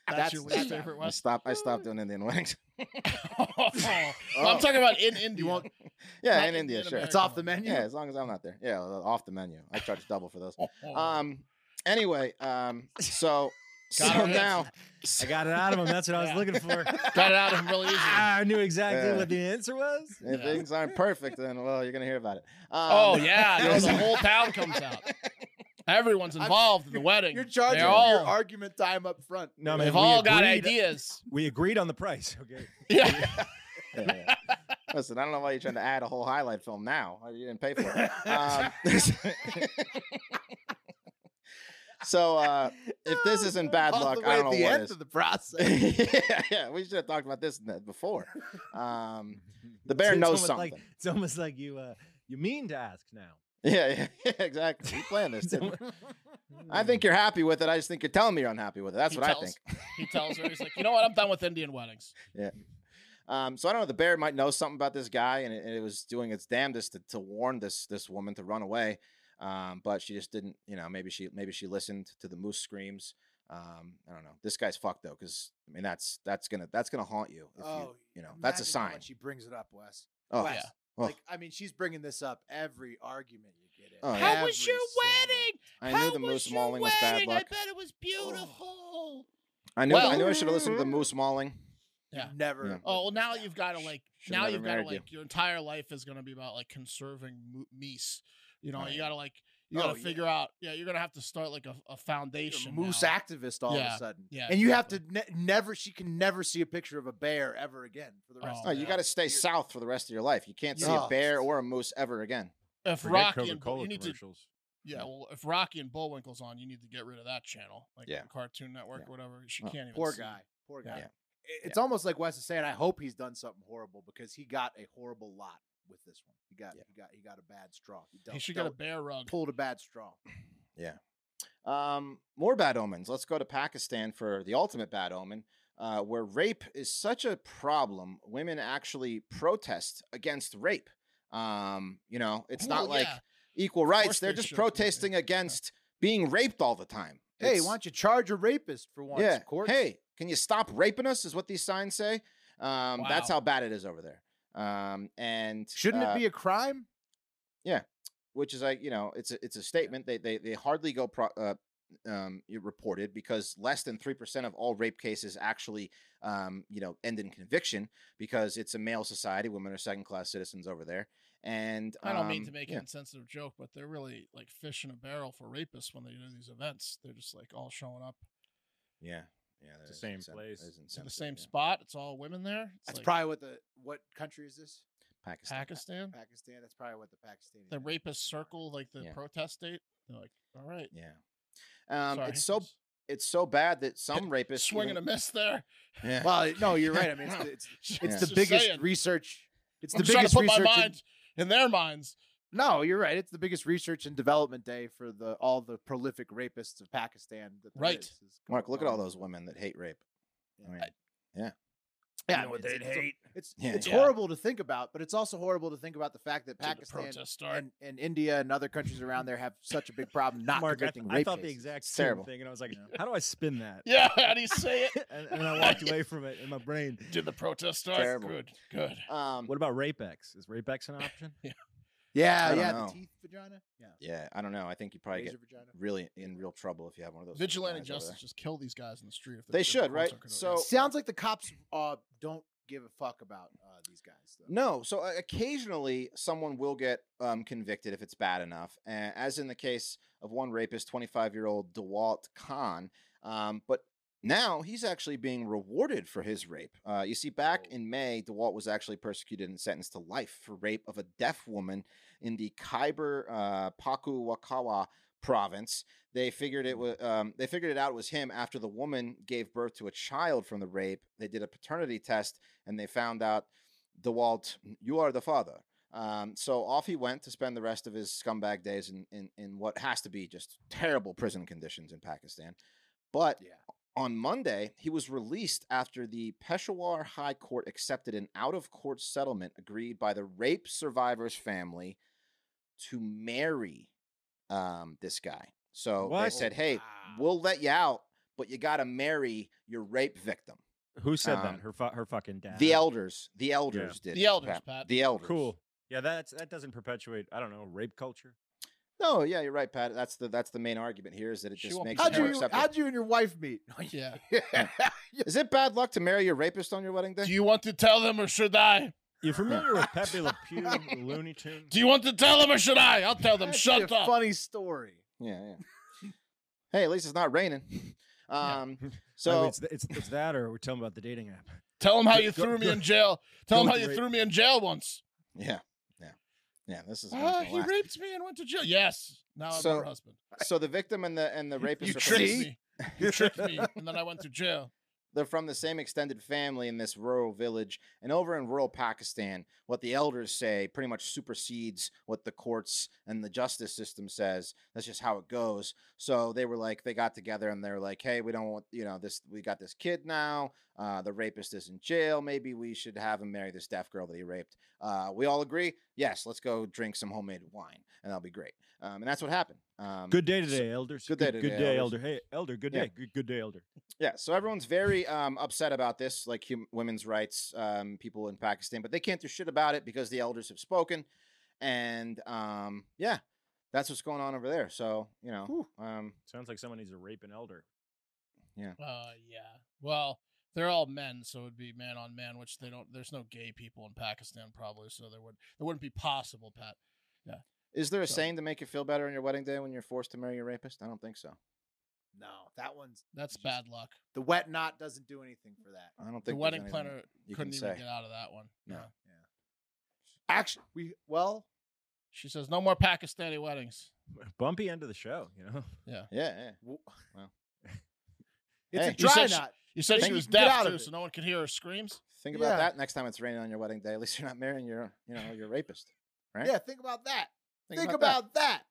B: That's, your
A: that's-
B: least favorite
D: I
B: West. oh,
D: stop. I stopped doing Indian weddings. Oh,
B: I'm talking about in India.
A: won't-
D: yeah,
B: Not
D: in India,
B: Indian
D: sure.
B: American
A: It's off the
B: wedding.
A: menu.
D: Yeah, as long as I'm not there. Yeah, well, off the menu. I charge double for those.
B: Oh,
D: Um. Anyway. Um. So.
B: Got
D: so
B: it.
D: now.
C: I got it out of him. That's what I was
B: Yeah.
C: looking for. Ah,
B: got it out of him really easy.
C: I knew exactly
D: Yeah.
C: what the answer was.
D: If
B: Yeah.
D: things aren't perfect, then well, you're gonna hear about it. Um,
B: oh yeah, no,
D: yes.
B: the whole town comes out. Everyone's
A: I'm-
B: involved in the wedding.
A: You're charging
B: They're
A: all...
B: all,
A: your argument time up front.
C: No, man,
B: they've
C: we
B: all got
C: agreed-
B: ideas.
C: We agreed on the price. Okay.
B: Yeah.
D: Yeah, yeah. Listen, I don't know why you're trying to add a whole highlight film now. You didn't pay for it. Um, So uh, if this isn't bad
A: All the
D: luck,
A: way
D: I
A: at
D: don't know
A: the
D: what
A: end
D: is.
A: of the process.
D: yeah, yeah, we should have talked about this in the- before. Um, the bear
C: It's
D: knows
C: almost
D: something.
C: like- it's almost like you uh, you mean to ask now.
D: Yeah, yeah, yeah, exactly. We planned this. didn't we? I
C: Mm.
D: think you're happy with it. I just think you're telling me you're unhappy with it. That's
B: He
D: what I
B: tells-
D: think.
B: He tells her, he's like, you know what? I'm done with Indian weddings.
D: Yeah. Um, so I don't know. The bear might know something about this guy, and it, and it was doing its damnedest to, to warn this this woman to run away. Um, but she just didn't. You know, maybe she maybe she listened to the moose screams. Um, I don't know. This guy's fucked though, because I mean that's that's gonna that's gonna haunt you. If you,
A: Oh,
D: you know, that's a
A: imagine how
D: sign.
A: much She brings it up, Wes.
D: Oh,
A: Wes,
D: yeah. Oh.
A: Like I mean, she's bringing this up every argument you get in.
D: Oh,
B: How
D: yeah.
B: was your wedding?
D: I
B: How
D: knew the
B: was
D: moose
B: your
D: mauling was bad
B: wedding? I
D: luck.
B: bet it was beautiful.
D: I knew I
B: Well-
D: knew I should have listened to the moose mauling.
B: Yeah.
A: Never.
D: Yeah.
B: Oh well, now you've got to like
D: should've
B: now
D: never
B: you've got to
D: married you.
B: like your entire life is going to be about like conserving mo- meese. You know,
A: Oh,
B: you
A: yeah.
B: got to like you
A: Oh,
B: got to
A: yeah.
B: figure out. Yeah, you're going to have to start like a, a foundation.
A: moose
B: now.
A: activist all of
B: Yeah,
A: a sudden.
B: yeah,
A: And you have to ne- never. She can never see a picture of a bear ever again for the rest.
D: Oh,
A: of
D: you
A: her
D: got to
A: life.
D: stay
A: You're-
D: south for the rest of your life. You can't see a
A: Yeah.
D: bear or a moose ever again.
B: If
C: Forget
B: Rocky and Bull-
C: Coca-Cola
B: you need to,
C: commercials.
B: yeah, well, if Rocky and Bullwinkle's on, you need to get rid of that channel, like
D: Yeah.
B: the Cartoon Network or whatever. She
D: Oh,
B: can't even.
A: Poor
B: see.
A: guy. Poor
B: Yeah.
A: guy.
D: Yeah.
A: I- It's almost like Wes is saying, "I hope he's done something horrible because he got a horrible lot with this one. He got,
D: Yeah.
A: he got, he got a bad straw. He,
B: He
A: dealt-
B: should get a
A: dealt-
B: bear rug.
A: pulled a bad straw.
D: Yeah. Um, more bad omens. Let's go to Pakistan for the ultimate bad omen, uh, where rape is such a problem. Women actually protest against rape. Um, you know, it's not
B: Well,
D: like
B: Oh, yeah.
D: equal
B: course
D: rights. They're
B: they
D: just
B: should, yeah.
D: protesting against being raped all the time.
A: Hey,
D: It's-
A: why don't you charge a rapist for once?
D: yeah.
A: court?
D: Hey, can you stop raping us? Is what these signs say. Um, That's
B: Wow.
D: how bad it is over there. Um, and
A: shouldn't
D: uh,
A: it be a crime?
D: which is like you know it's a, it's a statement they they they hardly go pro, uh, um, y- reported because less than three percent of all rape cases actually um, you know end in conviction because it's a male society women are second class citizens over there and
B: I don't mean
D: um,
B: to make
D: yeah.
B: an insensitive joke, but they're really like fish in a barrel for rapists when they do these events. They're just like all showing up
D: yeah yeah that
C: the
D: is
C: same
D: incen- that
C: place.
B: to
D: is
B: the
D: insensitive,
B: same
D: yeah.
B: spot. It's all women there. It's
A: That's
B: like
A: probably what the what country is this?
D: Pakistan.
B: Pakistan.
A: Pakistan. That's probably what the Pakistani.
B: The
A: do.
B: rapist circle, like the
D: Yeah.
B: protest date. They're like, all right.
D: yeah um,
B: sorry,
D: it's so
B: just
D: it's so bad that some rapists
B: swing and a
D: even-
B: miss there.
D: yeah.
A: Well, no, you're right. I mean, it's the, it's, it's
B: Just
A: the biggest
B: saying.
A: research. It's
B: I'm
A: the
B: just trying
A: biggest
B: to put my
A: research. in-
B: mind in, their minds.
A: no, you're right. It's the biggest research and development day for the all the prolific rapists of Pakistan. That there
B: Right.
A: is, is going
D: Mark look at
A: on.
B: Um,
D: all those women that hate rape I
A: Yeah.
D: mean,
A: Yeah,
B: You
A: I
B: know
A: mean,
B: what
A: it's-
B: they'd
A: it's a-
B: hate?
A: It's
D: Yeah,
A: it's
B: yeah.
A: horrible to think about, but it's also horrible to think about the fact that
B: Did the
A: Pakistan
B: protest start?
A: and, and India and other countries around there have such a big problem not
C: Mark, I,
A: convicting
C: th-
A: rape
C: I thought the
A: cases.
C: exact
D: It's
C: same
D: terrible.
C: thing, and I was like, how do I spin that?
B: Yeah, how do you say it?
C: and, and I walked away from it in my brain.
B: Did the protest start?
D: Terrible.
B: Good, good.
D: um,
C: What about Rapex? Is Rapex an option?
A: Yeah,
D: I don't
A: yeah,
D: know.
A: the teeth vagina. Yeah,
D: yeah I don't know I think you probably
A: razor
D: get
A: vagina.
D: really in real trouble if you have one of those
B: Vigilante
D: guys over there.
B: justice just kill these guys in the street. If
D: They
B: if the
D: should,
B: courts
D: right?
B: aren't gonna-
D: So-
A: Sounds like the cops uh, don't give a fuck about uh, these guys. Though.
D: No, so uh, occasionally someone will get um, convicted if it's bad enough, a- as in the case of one rapist, 25 year old Dewalt Khan. Um, but now he's actually being rewarded for his rape. Uh, you see, back in May, DeWalt was actually persecuted and sentenced to life for rape of a deaf woman in the Khyber uh, Pakhtunkhwa province. They figured it was um, they figured it out was him after the woman gave birth to a child from the rape. They did a paternity test and they found out DeWalt, you are the father. Um, so off he went to spend the rest of his scumbag days in, in, in what has to be just terrible prison conditions in Pakistan. But
A: Yeah.
D: on Monday, he was released after the Peshawar High Court accepted an out of court settlement agreed by the rape survivor's family to marry um, this guy. So they
C: What?
A: Oh,
D: said, hey, we'll let you out, but you got to marry your rape victim.
C: Who said
D: Um,
C: that? Her fu- her fucking dad.
D: The elders, the elders did.
B: The elders, Pat.
D: The elders.
C: Cool. Yeah, that's that doesn't perpetuate. I don't know rape culture.
D: No, yeah, you're right, Pat. That's the that's the main argument here is that it
B: She
D: just
B: won't be
D: makes it
A: How'd
B: Sure,
D: more
A: you
D: acceptable.
A: how'd you and your wife meet?
B: yeah.
D: Is it bad luck to marry your rapist on your wedding day?
B: Do you want to tell them or should I?
C: You familiar with Pepe Le Pew, Looney Tunes?
B: Do you want to tell them or should I? I'll tell them.
A: That'd be
B: Shut
A: a
B: up.
A: Funny story.
D: yeah, yeah. hey, at least it's not raining.
B: Yeah.
D: Um,
C: Oh,
D: so
C: it's, th- it's it's that, or we're talking about the dating app.
B: Tell them how
C: Go-
B: you
C: go-
B: threw me
C: go-
B: in jail. Tell
C: go
B: them how
C: with the
B: you
C: rape.
B: threw me in jail once.
D: yeah, yeah, yeah. This is not
B: Ah,
D: gonna
B: he
D: last.
B: raped me and went to jail. Yes. Now I'm
D: so,
B: her husband.
D: So the victim and the and the rapist
B: You
D: are from the
B: tricked me.
D: s-
B: You tricked me, and then I went to jail.
D: They're from the same extended family in this rural village, and over in rural Pakistan, what the elders say pretty much supersedes what the courts and the justice system says. That's just how it goes. So they were like, they got together and they're like, hey, we don't want, you know, this. We got this kid now. Uh, the rapist is in jail. Maybe we should have him marry this deaf girl that he raped. Uh, we all agree. Yes, let's go drink some homemade wine, and that'll be great. Um, and that's what happened. Um,
C: Good day
D: so-
C: today, elders.
D: Good day today,
C: Good day,
D: elders.
C: elder. Hey, elder. Good
D: Yeah.
C: day. Good, good day, elder.
D: Yeah, so everyone's very um, upset about this, like hum- women's rights um, people in Pakistan, but they can't do shit about it because the elders have spoken, and um, yeah, that's what's going on over there. So you know, um,
C: Sounds like someone needs to rape an elder.
D: yeah,
B: Uh, yeah. Well, they're all men, so it'd be man on man, which they don't. There's no gay people in Pakistan, probably, so there would it wouldn't be possible, Pat. Yeah.
D: is there a
B: So-
D: saying to make you feel better on your wedding day when you're forced to marry your rapist? I don't think so.
A: No, that one's
B: That's bad luck.
A: the wet knot doesn't do anything for that.
D: I don't think
B: The
D: there's
B: wedding
D: anything
B: planner
D: you can
B: couldn't even
D: say.
B: get out of that one.
D: No.
A: Actually, we well,
B: she says no more Pakistani weddings.
C: Bumpy end of the show, you know.
B: Yeah.
D: Yeah, yeah. Well,
B: Hey,
D: Hey,
B: you said she- you said she was
D: can get
B: deaf
D: out of
B: too,
D: it.
B: so no one could hear her screams.
D: Think about
B: Yeah.
D: that next time it's raining on your wedding day. At least you're not marrying your, you know, your rapist, right?
A: yeah, think about that. Think,
D: Think
A: about,
D: about
A: that.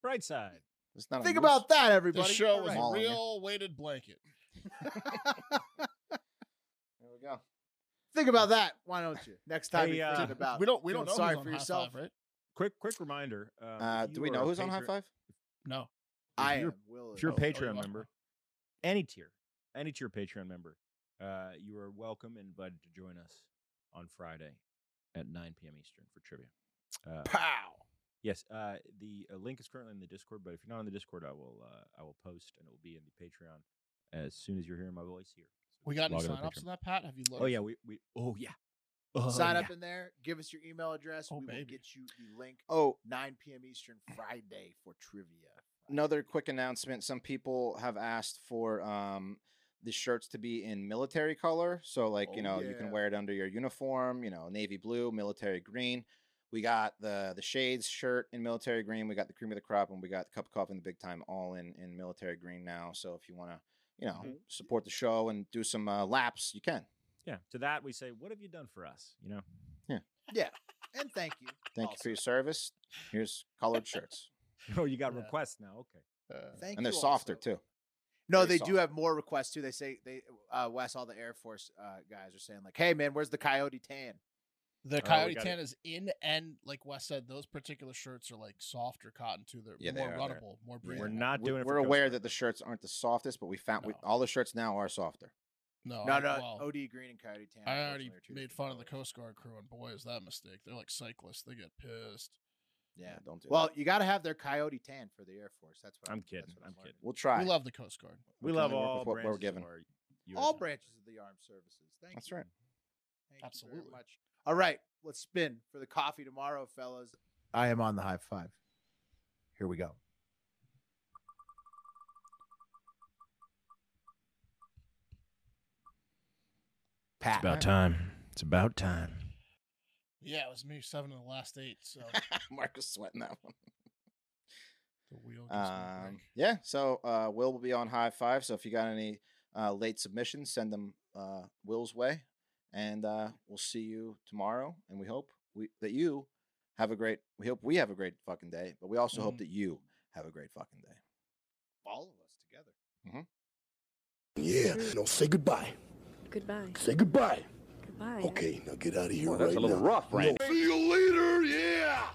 C: Bright side.
D: It's not a
A: Think
D: moose.
A: about that, everybody.
B: The show
A: All
B: was
A: right.
B: a real weighted blanket.
D: There we go.
A: Think about that. Why don't you next time
C: Hey,
A: you're
C: uh,
A: thinking about?
B: we don't- we don't
A: feeling
B: know who's
A: Sorry
B: on
A: for
B: High
A: yourself.
B: Five, right?
C: Quick, quick reminder. Um,
D: Uh,
C: if
D: do we
C: you
D: know
C: are a
D: who's on High
C: patron-
D: Five?
B: No.
C: if
A: I
C: you're-
A: am Will.
C: If you're a
B: Oh, oh, you
C: Patreon
B: are.
C: member, any tier, any tier Patreon member, uh, you are welcome and invited to join us on Friday at 9 p.m. Eastern for trivia. Uh,
A: Pow.
C: Yes, uh, the uh, link is currently in the Discord, but if you're not on the Discord, I will uh, I will post and it will be in the Patreon as soon as you're hearing my voice here. So
B: We got any
C: log on to
B: sign ups
C: Patreon.
B: on that, Pat? Have you looked?
C: Oh yeah, we, we oh yeah. Oh,
A: Sign
C: yeah.
A: up in there. Give us your email address.
B: Oh,
A: we will
B: baby.
A: get you the link.
D: Oh,
A: 9 p.m. Eastern Friday for trivia.
D: another quick announcement some people have asked for um the shirts to be in military color so like you
A: Oh,
D: know you
A: yeah.
D: can wear it under your uniform you know navy blue military green we got the the shades shirt in military green we got the cream of the crop and we got the cup of coffee and the big time all in in military green now so if you want to you
A: Mm-hmm.
D: know
C: Mhm.
D: support the show and do some uh, laps you can
C: Yeah. To that we say, what have you done for us? You know.
A: Yeah. And thank you.
D: thank you for your service here's colored shirts
C: Oh, you got
B: Yeah.
C: requests now. Okay.
A: Thank
B: Uh,
D: and they're
A: you
D: softer
A: also.
D: too
A: No,
D: Very
A: they do
D: soft.
A: have more requests too. They say they uh Wes, all the Air Force uh, guys are saying like, "Hey man, where's the Coyote Tan?"
B: The
C: we
B: coyote
C: got it.
B: tan is in, and like Wes said, those particular shirts are like softer cotton too. They're
D: Yeah, they
B: more
D: are. They're-
B: runnable, more breathable.
C: We're not
D: We-
C: doing it.
D: we're
C: for Coast
D: aware
C: Guard.
D: that the shirts aren't the softest but we found we,
B: No.
D: all the shirts now are softer
B: No,
A: no,
B: I-
A: no,
B: Oh, well,
A: OD Green and Coyote Tan.
B: I
A: unfortunately,
B: already
A: are two
B: made
A: different
B: fun of the
A: colors.
B: Coast Guard crew, and boy, is that a mistake. They're like cyclists; they get pissed.
A: Yeah.
D: don't do
A: Well,
D: that.
A: you got to have their Coyote Tan for the Air Force. That's what
C: I'm
A: that's
C: kidding.
A: what
C: I'm
A: learning.
D: we'll try
B: We love the Coast Guard.
C: we
D: can
C: love
D: only work
C: all
D: with what we're
C: branches of
D: given.
C: our
A: All
C: USA.
A: branches of the armed services. Thank
D: That's
A: you.
D: right.
A: Thank You
B: Absolutely.
A: very much. All right, let's spin for the coffee tomorrow, fellas. I am on the high five. Here we go. Pat.
C: It's about time. It's about time.
B: Yeah, it was me seven in the last eight. So
D: Mark was sweating that one.
B: the wheel. Gives me a
D: Um,
B: break.
D: yeah, so uh, Will will be on high five. So if you got any uh, late submissions, send them uh, Will's way, and uh, we'll see you tomorrow. And we hope we, that you have a great. We hope we have a great fucking day, but we also hope
B: Mhm.
D: that you have a great fucking day.
A: Mm-hmm. All of us together.
E: Yeah, no, say goodbye.
N: Goodbye.
E: Say goodbye.
N: Goodbye.
E: Okay, now get out of here
J: that's
E: right
J: a little
E: now.
J: rough, Frank.
E: No. See you later, yeah!